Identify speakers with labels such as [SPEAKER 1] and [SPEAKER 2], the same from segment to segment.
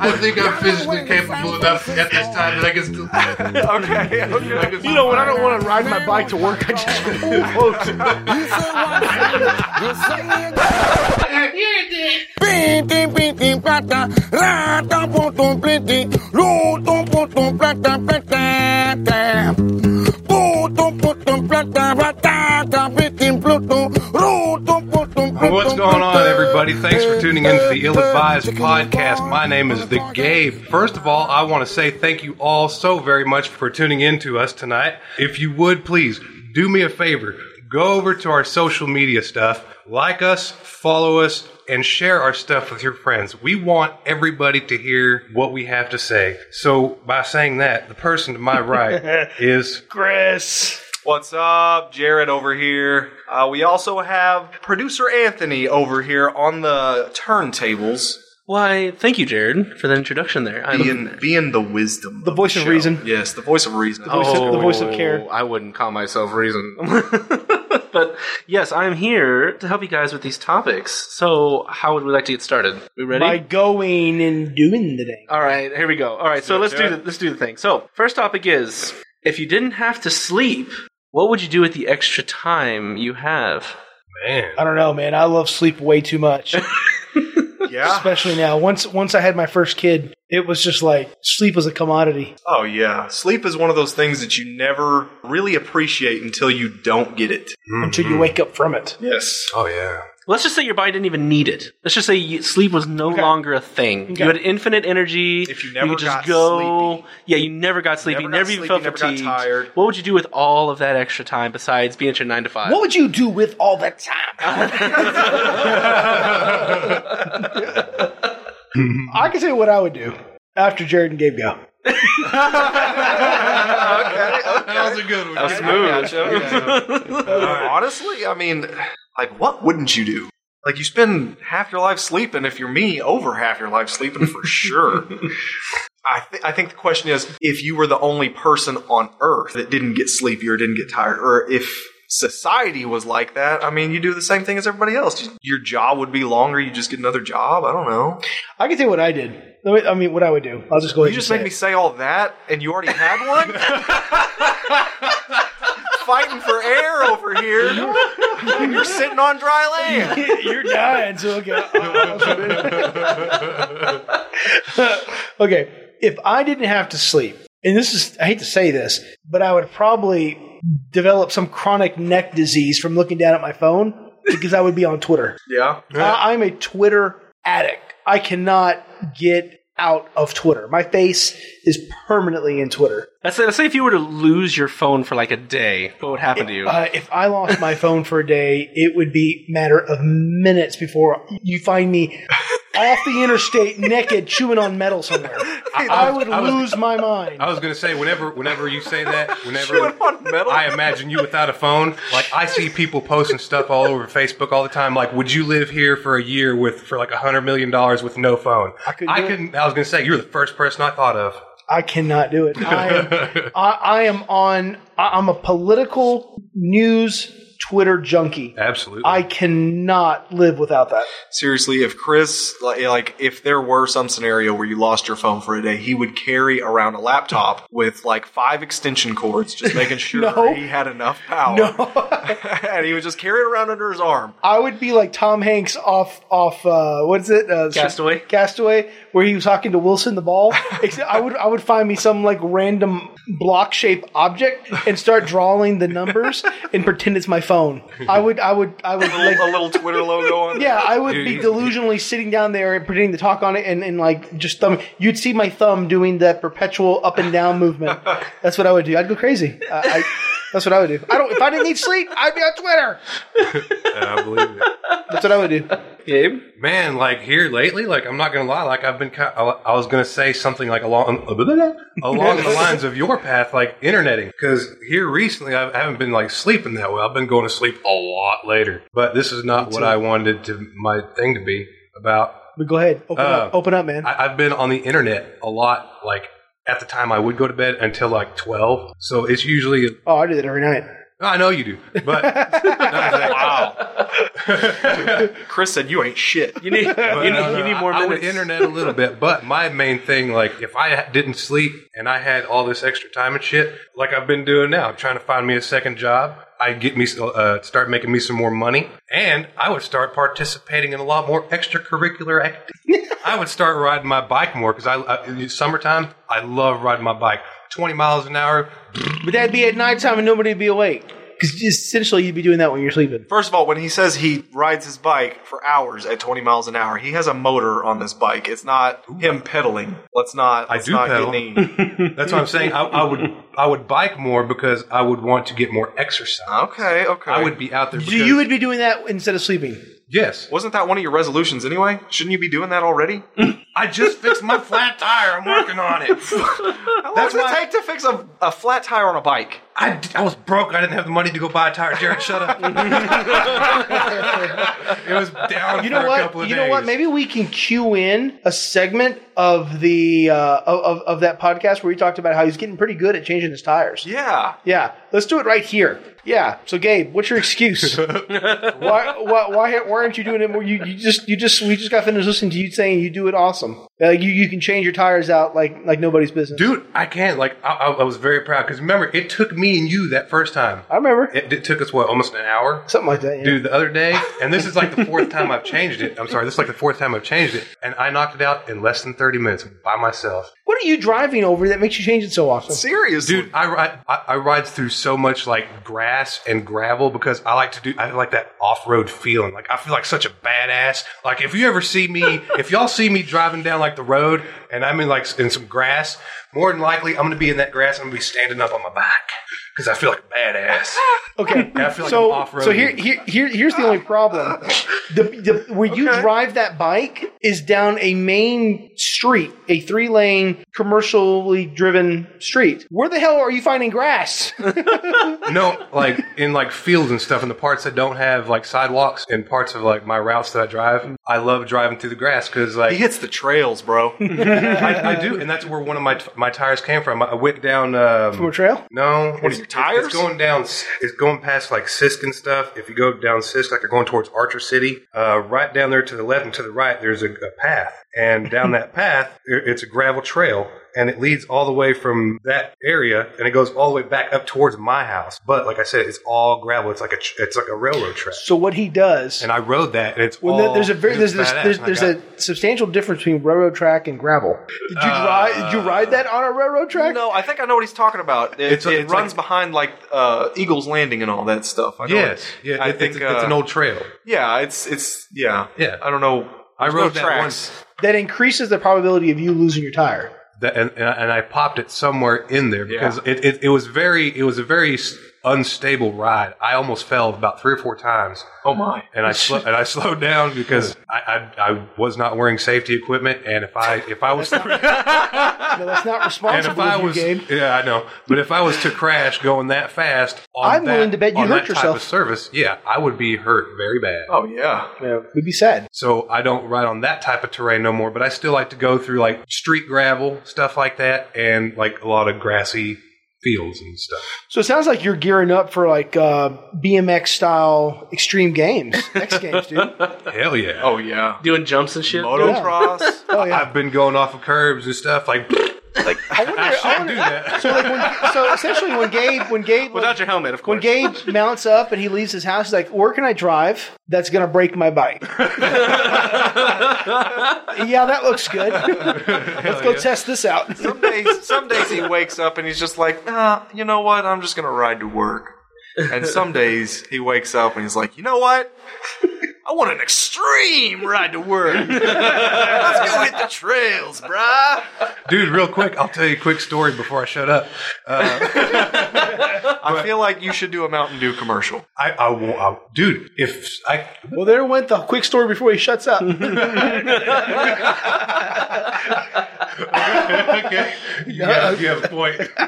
[SPEAKER 1] I think I'm physically capable enough at this time that I can still.
[SPEAKER 2] okay,
[SPEAKER 1] I
[SPEAKER 2] okay.
[SPEAKER 1] can
[SPEAKER 3] You know, when I don't want to ride my bike to work, I just float.
[SPEAKER 2] What's going on, everybody? Thanks for tuning in to the Ill Advised podcast. My name is The Gabe. First of all, I want to say thank you all so very much for tuning in to us tonight. If you would please do me a favor, go over to our social media stuff, like us, follow us, and share our stuff with your friends. We want everybody to hear what we have to say. So, by saying that, the person to my right is
[SPEAKER 3] Chris.
[SPEAKER 4] What's up? Jared over here. Uh, we also have producer Anthony over here on the turntables,
[SPEAKER 5] Why, thank you, Jared, for that introduction there. I'm,
[SPEAKER 4] being, being the wisdom.
[SPEAKER 3] The
[SPEAKER 4] of
[SPEAKER 3] voice of
[SPEAKER 4] show.
[SPEAKER 3] reason.
[SPEAKER 4] Yes, the voice of reason.
[SPEAKER 3] voice of- the voice of
[SPEAKER 4] Oh.
[SPEAKER 3] care.
[SPEAKER 5] Oh, I wouldn't call myself reason. but yes, I'm here to help you guys with these topics. So, how would we like to get started? We ready?
[SPEAKER 3] By going and doing the thing.
[SPEAKER 5] All right, here we go. All right, so let's do the, let's do the thing. So, first topic is if you didn't have to sleep, what would you do with the extra time you have?
[SPEAKER 2] man.
[SPEAKER 3] I don't know, man. I love sleep way too much,
[SPEAKER 4] yeah.
[SPEAKER 3] especially now. Once once I had my first kid, it was just like sleep was a commodity.
[SPEAKER 4] Oh yeah. Sleep is one of those things that you never really appreciate until you don't get it.
[SPEAKER 3] Until
[SPEAKER 4] Mm-hmm.
[SPEAKER 3] you wake up from it.
[SPEAKER 4] Yes.
[SPEAKER 2] Oh yeah.
[SPEAKER 5] Let's just say your body didn't even need it. Let's just say you, sleep was no longer a thing.
[SPEAKER 3] Okay.
[SPEAKER 5] You had infinite energy.
[SPEAKER 4] If you never
[SPEAKER 5] could just
[SPEAKER 4] got
[SPEAKER 5] go.
[SPEAKER 4] sleepy.
[SPEAKER 5] Yeah, you never got sleepy.
[SPEAKER 4] Never
[SPEAKER 5] Never,
[SPEAKER 4] got
[SPEAKER 5] even
[SPEAKER 4] sleepy,
[SPEAKER 5] felt
[SPEAKER 4] never got
[SPEAKER 5] fatigued.
[SPEAKER 4] tired.
[SPEAKER 5] What would you do with all of that extra time besides being at your nine to five?
[SPEAKER 6] What would you do with all that time?
[SPEAKER 3] I can tell you what I would do after Jared and Gabe go.
[SPEAKER 1] That was a good one.
[SPEAKER 4] Uh, Honestly, I mean, like, what wouldn't you do? Like, you spend half your life sleeping. If you're me, over half your life sleeping for sure. I, th- I think the question is if you were the only person on Earth that didn't get sleepy or didn't get tired, or if society was like that, I mean, you do the same thing as everybody else. Your job would be longer. You just get another job. I don't know.
[SPEAKER 3] I can tell you what I did. Let me- I mean, what I would do. I'll just go ahead
[SPEAKER 4] You just
[SPEAKER 3] and
[SPEAKER 4] make me say all that, and you already had one? Fighting for air over here. You're sitting on dry land.
[SPEAKER 3] me You're dying, so okay. okay, if I didn't have to sleep, and this is, I hate to say this, but I would probably develop some chronic neck disease from looking down at my phone because I would be on Twitter.
[SPEAKER 4] Yeah.
[SPEAKER 3] I, I'm a Twitter addict. I cannot get out of Twitter. My face is permanently in Twitter.
[SPEAKER 5] Let's say, let's say if you were to lose your phone for like a day, what would happen to you?
[SPEAKER 3] Uh, if I lost my phone for a day, it would be a matter of minutes before you find me off the interstate naked chewing on metal somewhere. I, would
[SPEAKER 2] I was-
[SPEAKER 3] lose my mind.
[SPEAKER 2] I was gonna say whenever whenever you say that, whenever
[SPEAKER 4] Chewing on metal.
[SPEAKER 2] I imagine you without a phone, like I see people posting stuff all over Facebook all the time. Like, would you live here for a year with for like a hundred million dollars with no phone? I
[SPEAKER 3] couldn't do it.
[SPEAKER 2] couldn't- I was gonna say you're the first person I thought of.
[SPEAKER 3] I cannot do it. I am, I, I am on. I, I'm a political news Twitter junkie.
[SPEAKER 2] Absolutely.
[SPEAKER 3] I cannot live without that.
[SPEAKER 4] Seriously, if Chris, like, like, if there were some scenario where you lost your phone for a day, he would carry around a laptop with like five extension cords, just making sure
[SPEAKER 3] No.
[SPEAKER 4] he had enough power. and he would just carry it around under his arm.
[SPEAKER 3] I would be like Tom Hanks off off uh, what's it uh,
[SPEAKER 5] Castaway?
[SPEAKER 3] Castaway, where he was talking to Wilson the ball. Except I would I would find me some like random block shape object and start drawing the numbers and pretend it's my phone. I would I would I would like.
[SPEAKER 4] A little Twitter logo on
[SPEAKER 3] Yeah, I would be
[SPEAKER 2] Dude.
[SPEAKER 3] delusionally sitting down there and pretending to talk on it and, and like just thumb. You'd see my thumb doing that perpetual up and down movement. That's what I would do. I'd go crazy. Uh, I, that's what I would do. I don't. If I didn't need sleep, I'd be on Twitter.
[SPEAKER 2] I believe it.
[SPEAKER 3] That's what I would do.
[SPEAKER 5] Gabe?
[SPEAKER 2] man, like here lately, like I'm not gonna lie, like I've been, ki I I was gonna say something like along along the lines of your path, like interneting, because here recently I haven't been like sleeping that well. I've been going to sleep a lot later, but this is not what I wanted to my thing to be about.
[SPEAKER 3] But go ahead, open up,
[SPEAKER 2] Uh,
[SPEAKER 3] open up, man.
[SPEAKER 2] I, I've been on the internet a lot, like at the time I would go to bed until like twelve, so it's usually
[SPEAKER 3] oh, I do that every night.
[SPEAKER 2] I know you do, but wow.
[SPEAKER 4] Chris said, "You ain't shit."
[SPEAKER 5] You need, you need, you need more
[SPEAKER 2] uh, I
[SPEAKER 5] minutes.
[SPEAKER 2] would internet a little bit, but my main thing, like, if I ha- didn't sleep and I had all this extra time and shit, like I've been doing now, I'm trying to find me a second job. I get me s- uh, start making me some more money, and I would start participating in a lot more extracurricular activities. I would start riding my bike more because I, I in summertime I love riding my bike. Twenty miles an hour,
[SPEAKER 3] But that'd be at nighttime and nobody'd be awake. Because essentially, you'd be doing that when you're sleeping.
[SPEAKER 4] First of all, when he says he rides his bike for hours at 20 miles an hour, he has a motor on this bike. It's not him pedaling. Let's not. Let's
[SPEAKER 2] do
[SPEAKER 4] not
[SPEAKER 2] pedal.
[SPEAKER 4] Get any,
[SPEAKER 2] That's what I'm saying. I, I would I would bike more because I would want to get more exercise.
[SPEAKER 4] okay, okay.
[SPEAKER 2] I would be out there.
[SPEAKER 3] So you would be doing that instead of sleeping.
[SPEAKER 2] yes.
[SPEAKER 4] Wasn't that one of your resolutions anyway? Shouldn't you be doing that already?
[SPEAKER 2] I just fixed my flat tire. I'm working on it.
[SPEAKER 4] How long does it
[SPEAKER 2] why-
[SPEAKER 4] take to fix a, a flat tire on a bike?
[SPEAKER 2] I, I was broke. I didn't have the money to go buy a tire. Jared, shut up. it was down
[SPEAKER 3] You know
[SPEAKER 2] for a
[SPEAKER 3] what?
[SPEAKER 2] couple of
[SPEAKER 3] You
[SPEAKER 2] days.
[SPEAKER 3] know what? Maybe we can cue in a segment of the uh, of of- of that podcast where he talked about how he's getting pretty good at changing his tires.
[SPEAKER 4] Yeah.
[SPEAKER 3] Yeah, let's do it right here. Yeah. So, Gabe, what's your excuse? why, why, why, why aren't you doing it more? You, you just, you just, we just got finished listening to you saying you do it awesome. Like you, you can change your tires out like, like nobody's business.
[SPEAKER 2] dude, I can't. Like, I, I, I was very proud because remember, it took me and you that first time.
[SPEAKER 3] I remember
[SPEAKER 2] It, it took us what almost an hour.
[SPEAKER 3] something like that. Yeah.
[SPEAKER 2] Dude, the other day, and this is like the fourth time I've changed it. I'm sorry, this is like the fourth time I've changed it, and I knocked it out in less than 30 minutes by myself.
[SPEAKER 3] what are you driving over that makes you change it so often?
[SPEAKER 4] Seriously.
[SPEAKER 2] Dude, I ride, I, I ride through so much like grass and gravel because I like to do, I like that off road feeling. Like, I feel like such a badass. Like, if you ever see me, if y'all see me driving down like the road and I'm in like in some grass, more than likely I'm going to be in that grass. I'm going to be standing up on my bike because I feel like a badass.
[SPEAKER 3] Okay.
[SPEAKER 2] Yeah, I feel like
[SPEAKER 3] so,
[SPEAKER 2] I'm off-roading.
[SPEAKER 3] so here, here, here, here's the only problem. The, the, where you drive that bike is down a main street, a three lane commercially driven street. Where the hell are you finding grass?
[SPEAKER 2] No, like in like fields and stuff, and the parts that don't have like sidewalks and parts of like my routes that I drive, I love driving through the grass because
[SPEAKER 4] he
[SPEAKER 2] like
[SPEAKER 4] hits the trails, bro.
[SPEAKER 2] I, I do, and that's where one of my my tires came from. I went down. Um,
[SPEAKER 3] From a trail?
[SPEAKER 2] No,
[SPEAKER 4] What are
[SPEAKER 2] it's-
[SPEAKER 4] your tires?
[SPEAKER 2] It's going down. It's going past like Sisk and stuff. If you go down Sisk, like you're going towards Archer City, uh, right down there to the left and to the right, there's a, a path, and down that path, i- it's a gravel trail, and it leads all the way from that area, and it goes all the way back up towards my house. But like I said, it's all gravel. It's like a tr- it's like a railroad track.
[SPEAKER 3] So what he does,
[SPEAKER 2] And I rode that, and it's
[SPEAKER 3] well,
[SPEAKER 2] all,
[SPEAKER 3] there's a very
[SPEAKER 2] it's
[SPEAKER 3] there's there's,
[SPEAKER 2] badass,
[SPEAKER 3] there's,
[SPEAKER 2] and I
[SPEAKER 3] there's
[SPEAKER 2] got-
[SPEAKER 3] a substantial difference between railroad track and gravel. Did you ride? Did
[SPEAKER 2] Uh,
[SPEAKER 3] you ride that on a railroad track?
[SPEAKER 4] No, I think I know what he's talking about. It,
[SPEAKER 2] It's a-
[SPEAKER 4] it
[SPEAKER 2] it's
[SPEAKER 4] runs
[SPEAKER 2] like-
[SPEAKER 4] behind like uh, Eagle's Landing and all that stuff. I know
[SPEAKER 2] Yes,
[SPEAKER 4] it.
[SPEAKER 2] yeah,
[SPEAKER 4] I
[SPEAKER 2] it-
[SPEAKER 4] think
[SPEAKER 2] it's,
[SPEAKER 4] uh,
[SPEAKER 2] it's an old trail.
[SPEAKER 4] Yeah, it's it's yeah.
[SPEAKER 2] Yeah.
[SPEAKER 4] I don't know.
[SPEAKER 2] I
[SPEAKER 4] There's
[SPEAKER 2] rode that
[SPEAKER 4] tracks.
[SPEAKER 2] once.
[SPEAKER 3] That increases the probability of you losing your tire.
[SPEAKER 2] that, and, and I- and I popped it somewhere in there because it, it, it was very it was a very s- unstable ride. I almost fell about three or four times,
[SPEAKER 4] Oh my!
[SPEAKER 2] and I sl- and I slowed down because I, I I was not wearing safety equipment, and if I if I was
[SPEAKER 3] No, that's not
[SPEAKER 2] and
[SPEAKER 3] responsible.
[SPEAKER 2] if I
[SPEAKER 3] of you,
[SPEAKER 2] was
[SPEAKER 3] Gabe.
[SPEAKER 2] yeah I know, but if I was to crash going that fast, on
[SPEAKER 3] I'm
[SPEAKER 2] that-
[SPEAKER 3] willing to bet you
[SPEAKER 2] on
[SPEAKER 3] hurt
[SPEAKER 2] that type
[SPEAKER 3] yourself.
[SPEAKER 2] of service, yeah, I would be hurt very bad.
[SPEAKER 4] Oh yeah.
[SPEAKER 3] Yeah, it'd be sad.
[SPEAKER 2] So I don't ride on that type of terrain no more, but I still like to go through like street gravel, stuff like that, and like a lot of grassy fields and stuff.
[SPEAKER 3] So it sounds like you're gearing up for like uh, BMX style extreme games, X Games, dude.
[SPEAKER 2] Hell yeah.
[SPEAKER 4] Oh yeah.
[SPEAKER 5] Doing jumps and shit.
[SPEAKER 4] Motocross.
[SPEAKER 3] Oh yeah.
[SPEAKER 2] I've been going off of curbs and stuff. Like,
[SPEAKER 4] like
[SPEAKER 3] I wonder. I
[SPEAKER 2] do
[SPEAKER 3] wonder
[SPEAKER 2] that.
[SPEAKER 3] so like when, so essentially when Gabe when Gabe
[SPEAKER 5] Without your helmet, of course.
[SPEAKER 3] When Gabe mounts up and he leaves his house, he's like, "Where can I drive? That's gonna break my bike." yeah, that looks good. Let's go test this out.
[SPEAKER 4] some days, some days he wakes up and he's just like, nah, you know what? I'm just gonna ride to work. And some days he wakes up and he's like, you know what? I want an extreme ride to work. Let's go hit the trails, bruh.
[SPEAKER 2] dude, real quick, I'll tell you a quick story before I shut up.
[SPEAKER 4] I feel like you should do a Mountain Dew commercial.
[SPEAKER 2] I, I, won't, I dude, if I,
[SPEAKER 3] Well, there went the quick story before he shuts up.
[SPEAKER 2] okay, you have, you have a point. okay,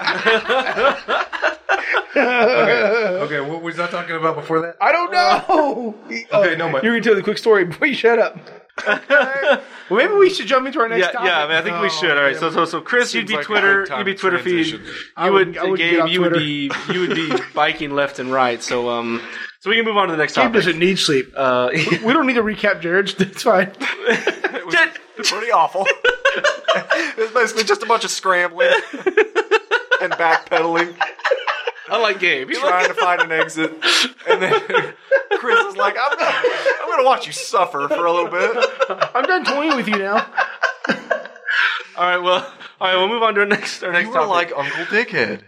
[SPEAKER 2] okay, what was I talking about before that?
[SPEAKER 3] I don't know.
[SPEAKER 2] Okay, no, my,
[SPEAKER 3] oh, You're gonna tell the quick story before you shut up. Well, maybe we should jump into our next
[SPEAKER 5] yeah,
[SPEAKER 3] topic.
[SPEAKER 5] yeah. I mean, I think we should. All right. So, so, so, Chris, you'd be
[SPEAKER 4] like a
[SPEAKER 5] Twitter.
[SPEAKER 4] hard time
[SPEAKER 5] You'd be Twitter
[SPEAKER 4] transition.
[SPEAKER 5] feed.
[SPEAKER 3] I
[SPEAKER 5] You
[SPEAKER 3] would-
[SPEAKER 5] would,
[SPEAKER 3] I would get
[SPEAKER 5] Gabe.
[SPEAKER 3] off
[SPEAKER 5] You would
[SPEAKER 3] Twitter.
[SPEAKER 5] be, you would be biking left and right. So, um, so we can move on to the next
[SPEAKER 3] Gabe
[SPEAKER 5] topic.
[SPEAKER 3] doesn't need sleep.
[SPEAKER 5] Uh,
[SPEAKER 3] We don't need to recap Jared's. That's fine.
[SPEAKER 4] It's pretty awful. it's basically just a bunch of scrambling and backpedaling,
[SPEAKER 5] I like Gabe. He's
[SPEAKER 4] trying to find an exit. And then Chris is like, I'm, I'm going to watch you suffer for a little bit.
[SPEAKER 3] I'm done toying with you now.
[SPEAKER 5] All right. Well. All right. We'll move on to our next. Our next
[SPEAKER 4] You were like
[SPEAKER 5] topic.
[SPEAKER 4] Uncle Dickhead.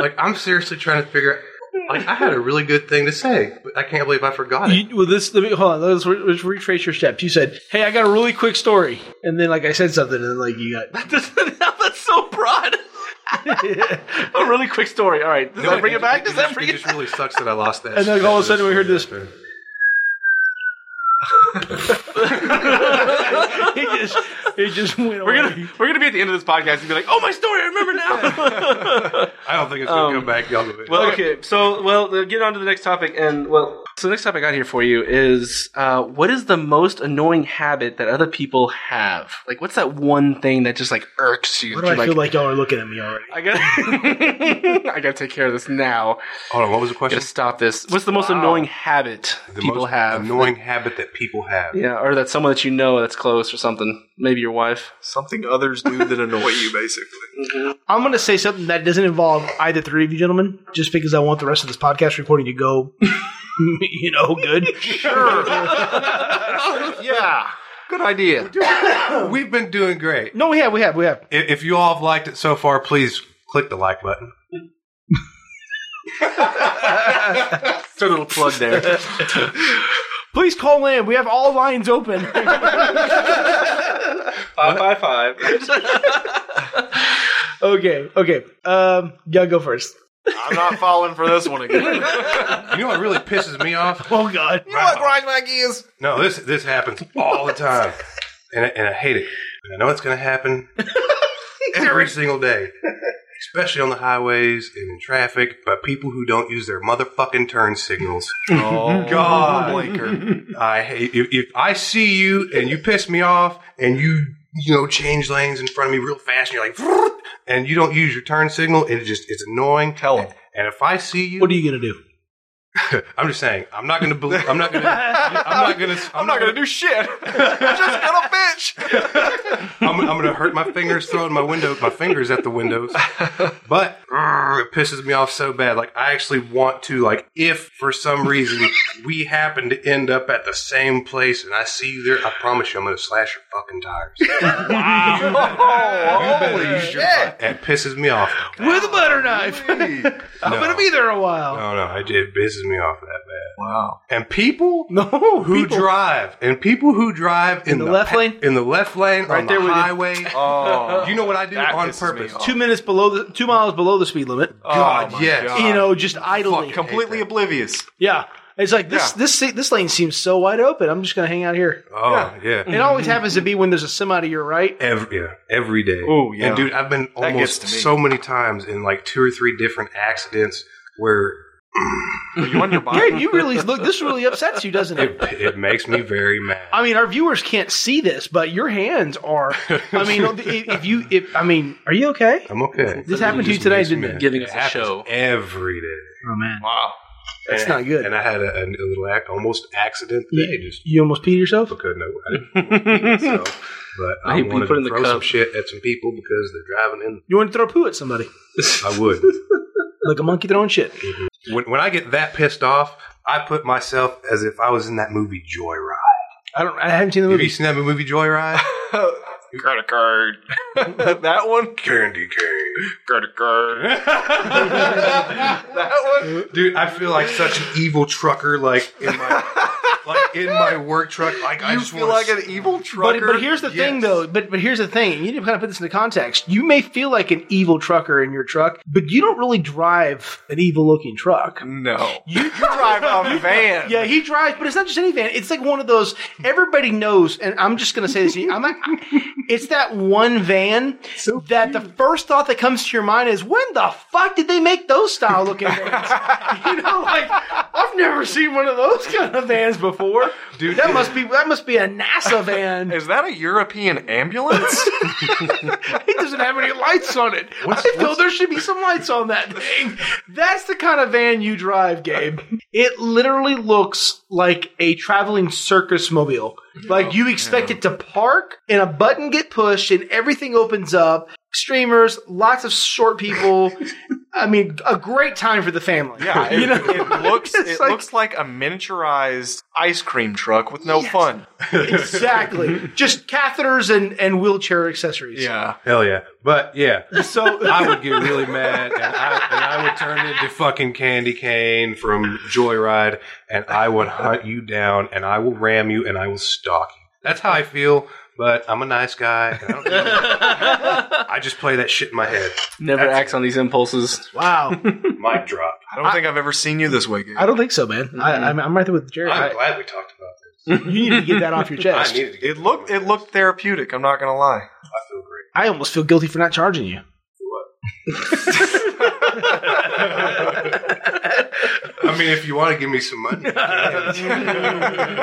[SPEAKER 2] Like, I'm seriously trying to figure out. Like, I had a really good thing to say, but I can't believe I forgot it.
[SPEAKER 3] You, well, this let me hold on. Let's, re- let's retrace your steps. You said, "Hey, I got a really quick story," and then like I said something, and then like you got
[SPEAKER 5] That's so broad. a really quick story. All right. Does that bring it back? Does that bring
[SPEAKER 2] It
[SPEAKER 5] it?
[SPEAKER 2] just really sucks that I lost that.
[SPEAKER 3] And then all of a sudden we heard this- it just it just went.
[SPEAKER 5] We're
[SPEAKER 3] away.
[SPEAKER 5] gonna we're gonna be at the end of this podcast and be like, oh my story, I remember now.
[SPEAKER 2] I don't think it's gonna
[SPEAKER 5] Um,
[SPEAKER 2] come back. Y'all move it.
[SPEAKER 5] well, okay. So, well, uh, get on to the next topic, and well, so the next topic I got here for you is uh, what is the most annoying habit that other people have? Like, what's that one thing that just like irks you? that
[SPEAKER 3] Why do
[SPEAKER 5] you're
[SPEAKER 3] I feel like y'all are looking at me already?
[SPEAKER 5] I gotta, I gotta take care of this now.
[SPEAKER 2] hold on. What was the
[SPEAKER 5] I
[SPEAKER 2] question?
[SPEAKER 5] gotta stop this. What's the most annoying habit
[SPEAKER 2] the
[SPEAKER 5] people
[SPEAKER 2] most
[SPEAKER 5] have?
[SPEAKER 2] annoying habit that people have.
[SPEAKER 5] Yeah, or that someone that you know that's close or something. Maybe your wife.
[SPEAKER 4] Something others do that annoy you, basically.
[SPEAKER 3] I'm gonna say something that doesn't involve either three of you gentlemen, just because I want the rest of this podcast recording to go, you know, good.
[SPEAKER 4] Yeah.
[SPEAKER 5] Good idea.
[SPEAKER 2] We've been doing great.
[SPEAKER 3] No, we have, we have, we have.
[SPEAKER 2] If, if you all have liked it so far, please click the like button.
[SPEAKER 5] It's a little plug there.
[SPEAKER 3] Please call in. We have all lines open.
[SPEAKER 5] five by five.
[SPEAKER 3] okay, okay. Um, y'all go first.
[SPEAKER 4] I'm not falling for this one again. You know
[SPEAKER 2] You know what really pisses me off?
[SPEAKER 3] Oh God.
[SPEAKER 4] what grinds my gears?
[SPEAKER 2] No, this this happens all the time, and I, and I hate it. And I know it's going to happen every single day, especially on the highways and in traffic. But people who don't use their motherfucking turn signals.
[SPEAKER 4] Oh, God. Blinker.
[SPEAKER 2] I hate if, if I see you and you piss me off and you you know change lanes in front of me real fast and you're like "Vroom," and you don't use your turn signal it just it's annoying
[SPEAKER 4] Tell 'em.
[SPEAKER 2] and if I see you
[SPEAKER 3] What are you gonna do?
[SPEAKER 2] I'm just saying I'm not gonna believe I'm not gonna I'm not gonna
[SPEAKER 4] I'm not going to do shit. I'm just going to bitch.
[SPEAKER 2] I'm, I'm gonna hurt my fingers throwing my window my fingers at the windows but grr, it pisses me off so bad like I actually want to like if for some reason we happen to end up at the same place and I see you there I promise you I'm gonna slash your fucking tires
[SPEAKER 4] Oh, holy shit.
[SPEAKER 2] It pisses me off.
[SPEAKER 3] With a butter knife. I'm
[SPEAKER 2] No.
[SPEAKER 3] gonna be there a while.
[SPEAKER 2] No, no, it, it pisses me off that bad.
[SPEAKER 4] Wow.
[SPEAKER 2] And people
[SPEAKER 3] No,
[SPEAKER 2] who
[SPEAKER 3] people-
[SPEAKER 2] drive, and people who drive in,
[SPEAKER 3] the left lane?
[SPEAKER 2] in the left lane, right on
[SPEAKER 5] there
[SPEAKER 2] the
[SPEAKER 5] with you.
[SPEAKER 2] highway.
[SPEAKER 4] Oh.
[SPEAKER 2] you know what I do
[SPEAKER 4] That
[SPEAKER 2] on
[SPEAKER 4] pisses
[SPEAKER 2] purpose?
[SPEAKER 4] me off.
[SPEAKER 3] two minutes below the two miles below the speed limit.
[SPEAKER 2] God,
[SPEAKER 4] oh my
[SPEAKER 2] yes.
[SPEAKER 4] God.
[SPEAKER 3] you know, just idling.
[SPEAKER 4] completely oblivious.
[SPEAKER 3] Yeah. It's like this this this this lane seems so wide open. I'm just gonna hang out here.
[SPEAKER 2] Oh yeah,
[SPEAKER 3] It always happens to be when there's a semi to your right.
[SPEAKER 2] every yeah, every day.
[SPEAKER 4] Oh, yeah.
[SPEAKER 2] And dude, I've been
[SPEAKER 4] gets
[SPEAKER 2] almost
[SPEAKER 4] to me.
[SPEAKER 2] so many times in like two or three different accidents where
[SPEAKER 4] Are you on your bike?
[SPEAKER 3] Jared, you really look. This really upsets you, doesn't it?
[SPEAKER 2] it makes me very mad.
[SPEAKER 3] I mean, our viewers can't see this, but your hands are. I mean, if if you, if I mean, are you okay?
[SPEAKER 2] I'm okay.
[SPEAKER 3] This happened to you
[SPEAKER 2] Just
[SPEAKER 3] today,
[SPEAKER 2] makes me
[SPEAKER 3] didn't it?
[SPEAKER 2] mad.
[SPEAKER 5] Giving us a
[SPEAKER 2] happens
[SPEAKER 5] show.
[SPEAKER 2] every day.
[SPEAKER 3] Oh man,
[SPEAKER 4] Wow.
[SPEAKER 3] that's
[SPEAKER 2] And-
[SPEAKER 3] not good.
[SPEAKER 2] And I had a, a little ac- almost accident today, just
[SPEAKER 3] you almost peed yourself.
[SPEAKER 2] because no, I didn't. so, but
[SPEAKER 5] I
[SPEAKER 2] I
[SPEAKER 5] hate when you
[SPEAKER 2] wanted
[SPEAKER 5] put in
[SPEAKER 2] to
[SPEAKER 5] the
[SPEAKER 2] throw some
[SPEAKER 5] cup.
[SPEAKER 2] shit at some people because they're driving in.
[SPEAKER 3] You want to throw poo at somebody
[SPEAKER 2] I would.
[SPEAKER 3] like a monkey throwing shit.
[SPEAKER 2] when, when I get that pissed off, I put myself as if I was in that movie Joyride.
[SPEAKER 3] I don't. I haven't seen the
[SPEAKER 2] Have you
[SPEAKER 3] movie.
[SPEAKER 2] seen that movie Joyride?
[SPEAKER 4] Credit card. that one?
[SPEAKER 2] Candy cane.
[SPEAKER 4] Credit card. that one?
[SPEAKER 2] Dude, I feel like such an evil trucker, like in my like in my work truck. Like I
[SPEAKER 4] you
[SPEAKER 2] just
[SPEAKER 4] feel
[SPEAKER 2] want
[SPEAKER 4] like
[SPEAKER 2] to
[SPEAKER 4] an evil
[SPEAKER 3] But
[SPEAKER 4] trucker?
[SPEAKER 3] but here's the thing
[SPEAKER 2] Yes.
[SPEAKER 3] though. But but here's the thing. You need to kind of put this into context. You may feel like an evil trucker in your truck, but you don't really drive an evil looking truck.
[SPEAKER 4] No. You drive a van.
[SPEAKER 3] Yeah, he drives, but it's not just any van. It's like one of those everybody knows, and I'm just gonna say this. I'm not. It's that one van that the first thought that comes to your mind is, when the fuck did they make those style looking vans? you know, like I I've never seen one of those kind of vans before. Dude, that must be that must be a NASA van.
[SPEAKER 4] Is that a European ambulance?
[SPEAKER 3] It doesn't have any lights on it.
[SPEAKER 2] What's-
[SPEAKER 3] I feel
[SPEAKER 2] what's-
[SPEAKER 3] there should be some lights on that thing. That's the kind of van you drive, Gabe. It literally looks like a traveling circus mobile. Like you expect it to park and a button get pushed and everything opens up. Streamers, lots of short people. I mean, a great time for the family.
[SPEAKER 4] yeah, it,
[SPEAKER 3] you know,
[SPEAKER 4] it looks
[SPEAKER 3] It's
[SPEAKER 4] it
[SPEAKER 3] like-
[SPEAKER 4] looks like a miniaturized ice cream truck with no fun.
[SPEAKER 3] exactly. Just catheters and, and wheelchair accessories.
[SPEAKER 4] Yeah,
[SPEAKER 2] Hell yeah. But yeah,
[SPEAKER 3] So
[SPEAKER 2] I would get really mad and I, and I would turn into fucking Candy Cane from Joyride and I would hunt you down and I will ram you and I will stalk you. That's how I feel, but I'm a nice guy. And I, don't give a- I just play that shit in my head.
[SPEAKER 5] Never acts on these impulses.
[SPEAKER 3] wow,
[SPEAKER 2] Mic drop.
[SPEAKER 4] I don't think I've ever seen you this way. Gabe.
[SPEAKER 3] I don't think so, man. I, I'm, I'm right there with Jerry.
[SPEAKER 2] I'm
[SPEAKER 3] I,
[SPEAKER 2] glad we talked about this.
[SPEAKER 3] you need to get that off your
[SPEAKER 2] I
[SPEAKER 3] chest.
[SPEAKER 2] needed to get
[SPEAKER 4] It looked it looked therapeutic. I'm not gonna lie.
[SPEAKER 2] I feel great.
[SPEAKER 3] I almost feel guilty for not charging you.
[SPEAKER 2] I mean, if you want to give me some money.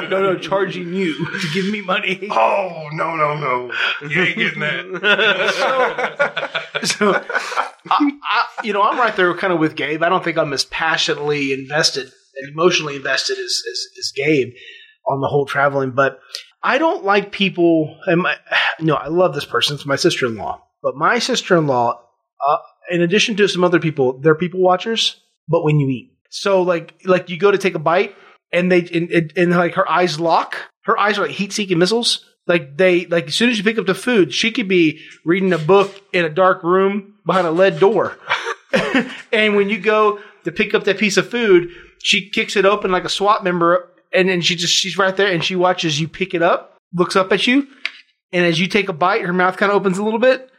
[SPEAKER 3] no, no, charging you to give me money.
[SPEAKER 2] Oh, no, no, no. You ain't getting that.
[SPEAKER 3] Uh, So, I, I, you know, I'm right there kind of with Gabe. I don't think I'm as passionately invested and emotionally invested as, as, as Gabe on the whole traveling, but I don't like people. And my, no, I love this person. It's my sister in law. But my sister in law, uh, in addition to some other people, they're people watchers, but when you eat. So, like, like you go to take a bite and they, and, and, and like her eyes lock. Her eyes are like heat seeking missiles. Like they, like as soon as you pick up the food, she could be reading a book in a dark room behind a lead door. and when you go to pick up that piece of food, she kicks it open like a SWAT member, and then she just she's right there and she watches you pick it up, looks up at you, and as you take a bite, her mouth kind of opens a little bit,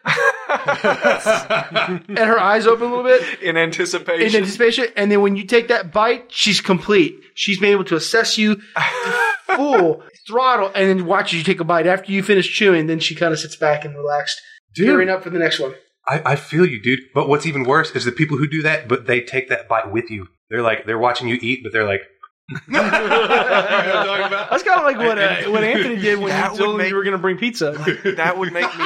[SPEAKER 3] and her eyes open a little bit
[SPEAKER 4] In
[SPEAKER 3] in
[SPEAKER 4] anticipation,
[SPEAKER 3] anticipation, and then when you take that bite, she's complete. She's been able to assess you full throttle, and then watches you take a bite after you finish chewing. Then she kind of sits back and relaxed, gearing up for the next one.
[SPEAKER 2] I, I feel you, dude. But what's even worse is the people who do that, but they take that bite with you. They're like, they're watching you eat, but they're like,
[SPEAKER 3] That's kind of like what uh, what Anthony did when
[SPEAKER 4] That
[SPEAKER 3] you told
[SPEAKER 4] would
[SPEAKER 3] him
[SPEAKER 4] make-
[SPEAKER 3] you were going to bring pizza.
[SPEAKER 4] that would make me.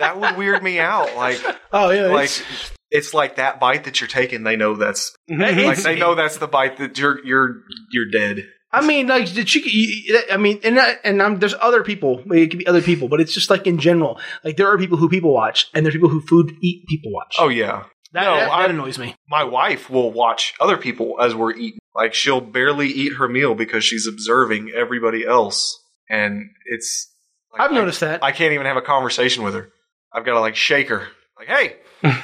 [SPEAKER 4] That would weird me out. Like
[SPEAKER 3] oh yeah,
[SPEAKER 4] like.
[SPEAKER 3] it's-
[SPEAKER 4] It's like that bite that you're taking. They know that's like they know that's the bite that you're you're you're dead.
[SPEAKER 3] I mean, like the chicken. You, I mean, and I, and I'm, there's other people. like, It could be other people, but it's just like in general. Like there are people who people watch, and there's people who food eat people watch.
[SPEAKER 4] Oh yeah,
[SPEAKER 3] that,
[SPEAKER 4] no,
[SPEAKER 3] that, that
[SPEAKER 4] I-
[SPEAKER 3] annoys me.
[SPEAKER 4] my wife will watch other people as we're eating. Like she'll barely eat her meal because she's observing everybody else, and it's. Like,
[SPEAKER 3] I've
[SPEAKER 4] I-
[SPEAKER 3] noticed that.
[SPEAKER 4] I can't even have a conversation with her. I've got to like shake her. Like, hey,